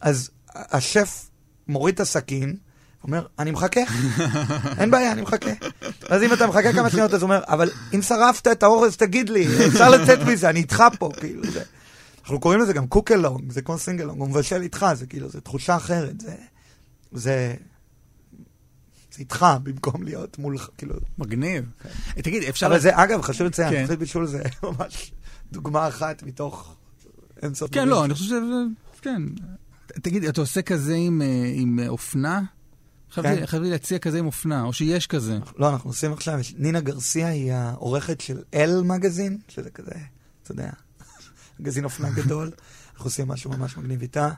Speaker 6: אז ה- השף מוריד את הסכין, אומר, אני מחכה, אין בעיה, אני מחכה. ואז אם אתה מחכה כמה שניות, אז הוא אומר, אבל אם שרפת את האורז, תגיד לי, אפשר לצאת מזה, אני איתך פה, כאילו זה. אנחנו קוראים לזה גם קוקלונג, זה כמו סינגלונג, הוא מבשל איתך, זה כאילו, זה תחושה אחרת, זה... זה... זה איתך במקום להיות מולך, כאילו...
Speaker 5: מגניב.
Speaker 6: כן.
Speaker 5: אה, תגיד, אפשר...
Speaker 6: אבל זה, אגב, חשוב לציין,
Speaker 5: כן.
Speaker 6: תוכנית בישול זה ממש דוגמה אחת מתוך אינסוף.
Speaker 5: כן,
Speaker 6: מילים.
Speaker 5: לא, אני חושב שזה... כן. ת- תגיד, אתה עושה כזה עם, אה, עם אה, אופנה? חייב
Speaker 6: כן.
Speaker 5: לי- חייב לי להציע כזה עם אופנה, או שיש כזה.
Speaker 6: לא, אנחנו עושים עכשיו, יש- נינה גרסיה היא העורכת של אל מגזין, שזה כזה, אתה יודע, מגזין אופנה גדול. אנחנו עושים משהו ממש מגניב איתה.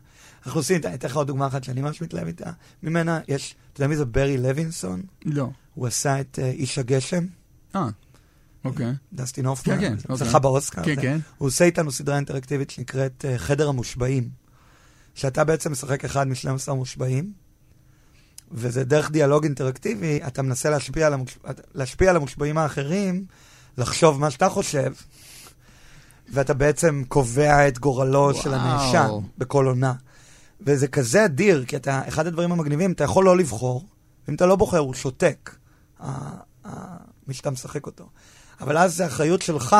Speaker 6: אנחנו עושים, אני אתן לך עוד דוגמה אחת שאני ממש מתלהב איתה. ממנה יש, אתה יודע מי זה ברי לוינסון?
Speaker 5: לא.
Speaker 6: הוא עשה את אה, איש הגשם,
Speaker 5: אה, אוקיי.
Speaker 6: דסטין הופמן.
Speaker 5: כן, כן, אוקיי.
Speaker 6: זכה באוסקר.
Speaker 5: כן,
Speaker 6: זה-
Speaker 5: כן.
Speaker 6: הוא עושה איתנו סדרה אינטראקטיבית שנקראת אה, חדר המושבעים, שאתה בעצם משחק אחד מ-12 מושבעים, וזה דרך דיאלוג אינטראקטיבי, אתה מנסה להשפיע על, המוש... להשפיע על המושבעים האחרים, לחשוב מה שאתה חושב, ואתה בעצם קובע את גורלו
Speaker 5: וואו.
Speaker 6: של הנאשם בכל עונה. וזה כזה אדיר, כי אתה, אחד הדברים המגניבים, אתה יכול לא לבחור, ואם אתה לא בוחר, הוא שותק, ה- ה- מי שאתה משחק אותו. אבל אז זה אחריות שלך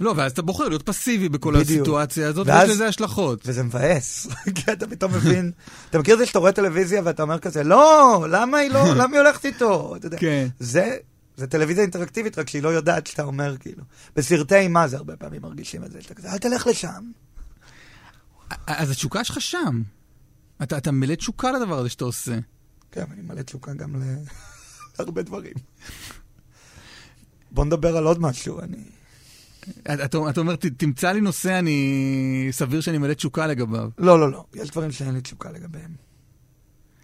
Speaker 5: לא, ואז אתה בוחר להיות פסיבי בכל
Speaker 6: בדיוק.
Speaker 5: הסיטואציה הזאת,
Speaker 6: ואז-
Speaker 5: ויש לזה השלכות.
Speaker 6: וזה מבאס, כי אתה פתאום מבין, אתה מכיר את זה שאתה רואה טלוויזיה ואתה אומר כזה, לא, למה היא לא, למה היא הולכת איתו? אתה יודע.
Speaker 5: כן.
Speaker 6: זה, זה טלוויזיה אינטראקטיבית, רק שהיא לא יודעת שאתה אומר, כאילו. בסרטי אימה זה הרבה פעמים מרגישים את זה, שאתה כזה, אל תלך לשם.
Speaker 5: אז התשוקה שלך שם. אתה, אתה מלא תשוקה לדבר הזה שאתה עושה.
Speaker 6: כן, אני מלא תשוקה גם ל- להרבה דברים. בוא נדבר על עוד משהו, אני...
Speaker 5: אתה, אתה, אתה אומר, "ת- תמצא לי נושא, אני... סביר שאני מלא תשוקה לגביו.
Speaker 6: לא, לא, לא, יש דברים שאין לי תשוקה לגביהם.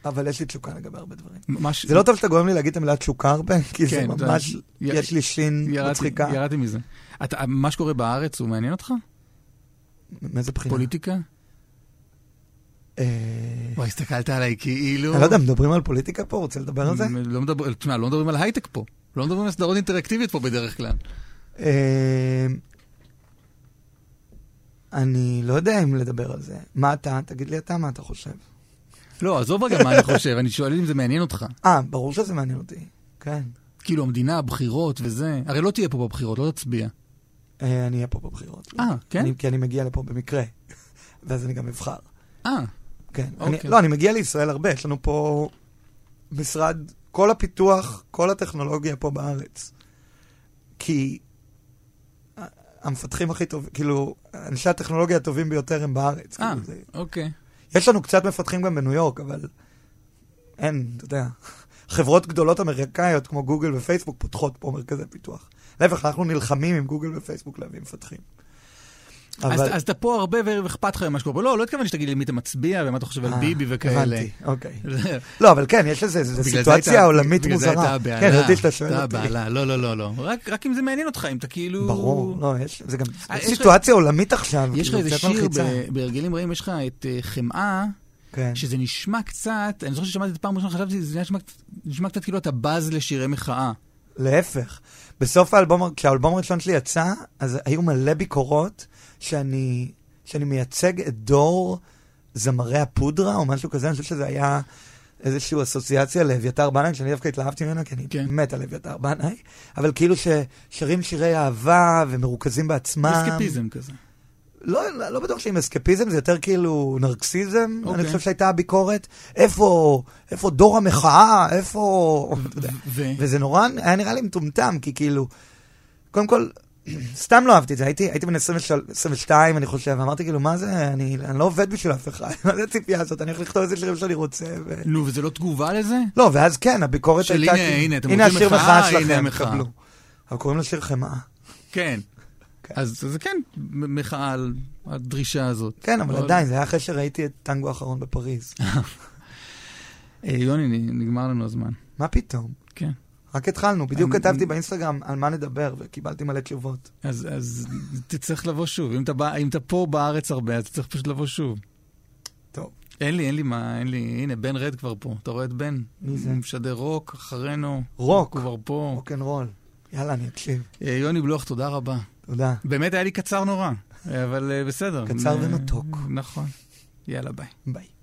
Speaker 6: אבל יש לי תשוקה לגבי הרבה דברים.
Speaker 5: ממש...
Speaker 6: זה לא טוב שאתה גורם לי להגיד את המילה תשוקה הרבה, כי זה
Speaker 5: כן, אתה-
Speaker 6: ממש,
Speaker 5: י-
Speaker 6: יש לי שין
Speaker 5: ירדתי-
Speaker 6: מצחיקה.
Speaker 5: ירדתי מזה. אתה, מה שקורה בארץ, הוא מעניין אותך?
Speaker 6: מאיזה בחינה?
Speaker 5: פוליטיקה?
Speaker 6: אה,
Speaker 5: וואי, הסתכלת עליי כאילו...
Speaker 6: אני לא יודע, מדברים על פוליטיקה פה? רוצה לדבר על זה?
Speaker 5: לא מדבר, תשמע, לא מדברים על הייטק פה. לא מדברים על סדרות אינטראקטיביות פה בדרך כלל.
Speaker 6: אה, אני לא יודע אם לדבר על זה. מה אתה? תגיד לי אתה מה אתה חושב.
Speaker 5: לא, עזוב רגע מה אני חושב, אני שואל אם זה מעניין אותך.
Speaker 6: אה, ברור שזה מעניין אותי. כן.
Speaker 5: כאילו, המדינה, הבחירות וזה. הרי לא תהיה פה בבחירות, לא תצביע.
Speaker 6: אה, אני אהיה פה בבחירות.
Speaker 5: אה, כן?
Speaker 6: אני- כי אני מגיע לפה במקרה. ואז אני גם אבחר.
Speaker 5: אה,
Speaker 6: כן. אני-
Speaker 5: אוקיי.
Speaker 6: לא, אני מגיע לישראל הרבה. יש לנו פה משרד, כל הפיתוח, כל הטכנולוגיה פה בארץ. כי ה- המפתחים הכי טובים, כאילו, אנשי הטכנולוגיה הטובים ביותר הם בארץ.
Speaker 5: אה,
Speaker 6: כאילו, זה-
Speaker 5: אוקיי.
Speaker 6: יש לנו קצת מפתחים גם בניו יורק, אבל אין, אתה יודע. חברות גדולות אמריקאיות כמו גוגל ופייסבוק פותחות פה מרכזי פיתוח. להפך, אנחנו נלחמים עם גוגל ופייסבוק להביא מפתחים.
Speaker 5: אז אז אתה פה הרבה ואכפת לך ממה שקורה פה. לא, לא התכוונתי שתגיד לי מי אתה מצביע ומה אתה חושב על
Speaker 6: אה,
Speaker 5: ביבי וכאלה.
Speaker 6: הבנתי, אוקיי.
Speaker 5: זה-
Speaker 6: לא, אבל כן, יש לזה, זו
Speaker 5: בגלל זה
Speaker 6: סיטואציה
Speaker 5: הייתה-
Speaker 6: עולמית
Speaker 5: בגלל זה הייתה
Speaker 6: מוזרה.
Speaker 5: הבהלה.
Speaker 6: כן, ידעתי שאתה שואל
Speaker 5: הייתה
Speaker 6: אותי.
Speaker 5: הבהלה, לא, לא, לא, לא. רק- רק אם זה מעניין אותך, אם אתה כאילו...
Speaker 6: ברור, לא, יש, זה גם
Speaker 5: אה, יש לך-
Speaker 6: סיטואציה עולמית עכשיו.
Speaker 5: יש לך
Speaker 6: כאילו,
Speaker 5: איזה
Speaker 6: קצת
Speaker 5: שיר
Speaker 6: מלחיצה.
Speaker 5: ב- בהרגלים רעים, יש לך את אה, חמאה,
Speaker 6: כן.
Speaker 5: שזה נשמע קצת, אני זוכר ששמעתי את זה פעם ראשונה, חשבתי, זה נשמע קצת- נשמע קצת כאילו אתה בז לשירי מחאה.
Speaker 6: להפך. בסוף האלבום, כשהאלבום הראשון שלי יצא, אז היו מלא ביקורות שאני, שאני מייצג את דור זמרי הפודרה או משהו כזה, אני חושב שזה היה איזושהי אסוציאציה לאביתר בנאי, שאני דווקא התלהבתי ממנה, כי אני
Speaker 5: כן.
Speaker 6: כן. מת על אביתר בנאי, אבל כאילו ששרים שירי אהבה ומרוכזים בעצמם.
Speaker 5: אסקפיזם כזה.
Speaker 6: לא, לא, לא בטוח שאם אסקפיזם, זה יותר כאילו נרקסיזם,
Speaker 5: אוקיי.
Speaker 6: אני חושב שהייתה הביקורת. איפה, איפה דור המחאה, איפה... אתה יודע.
Speaker 5: ו-
Speaker 6: וזה נורא, היה נראה לי מטומטם, כי כאילו, קודם כל, סתם לא אהבתי את זה, הייתי, הייתי בן 23, 22, אני חושב, ואמרתי כאילו, מה זה, אני, אני לא עובד בשביל אף אחד, מה זה הציפייה הזאת, אני הולך לכתוב איזה שירים שאני רוצה. ו...
Speaker 5: נו, וזה לא תגובה לזה?
Speaker 6: לא, ואז כן, הביקורת
Speaker 5: של
Speaker 6: הייתה,
Speaker 5: הנה,
Speaker 6: כאילו,
Speaker 5: הנה, אתם רוצים מחאה, הנה
Speaker 6: שלכם,
Speaker 5: המחאה."
Speaker 6: קבלו. אבל קוראים לשיר חמאה.
Speaker 5: כן.
Speaker 6: כן.
Speaker 5: אז זה כן מ- מחאה על הדרישה הזאת.
Speaker 6: כן, אבל עדיין, זה היה אחרי שראיתי את טנגו האחרון בפריז.
Speaker 5: אה, יוני, נ- נגמר לנו הזמן.
Speaker 6: מה פתאום?
Speaker 5: כן.
Speaker 6: רק התחלנו, בדיוק
Speaker 5: אני-
Speaker 6: כתבתי באינסטגרם על מה נדבר, וקיבלתי מלא תשובות.
Speaker 5: אז, אז תצטרך לבוא שוב. אם אתה, בא, אם אתה פה בארץ הרבה, אז תצטרך פשוט לבוא שוב.
Speaker 6: טוב.
Speaker 5: אין לי, אין לי מה, אין לי... הנה, בן רד כבר פה. אתה רואה את בן?
Speaker 6: מי זה?
Speaker 5: הוא משדר רוק, אחרינו.
Speaker 6: רוק.
Speaker 5: הוא כבר פה.
Speaker 6: רוקנרול. יאללה, אני אקשיב.
Speaker 5: אה, יוני בלוך, תודה רבה.
Speaker 6: תודה.
Speaker 5: באמת היה לי קצר נורא, אבל אה, בסדר.
Speaker 6: קצר
Speaker 5: אה,
Speaker 6: ומתוק.
Speaker 5: נכון. יאללה, ביי.
Speaker 6: ביי.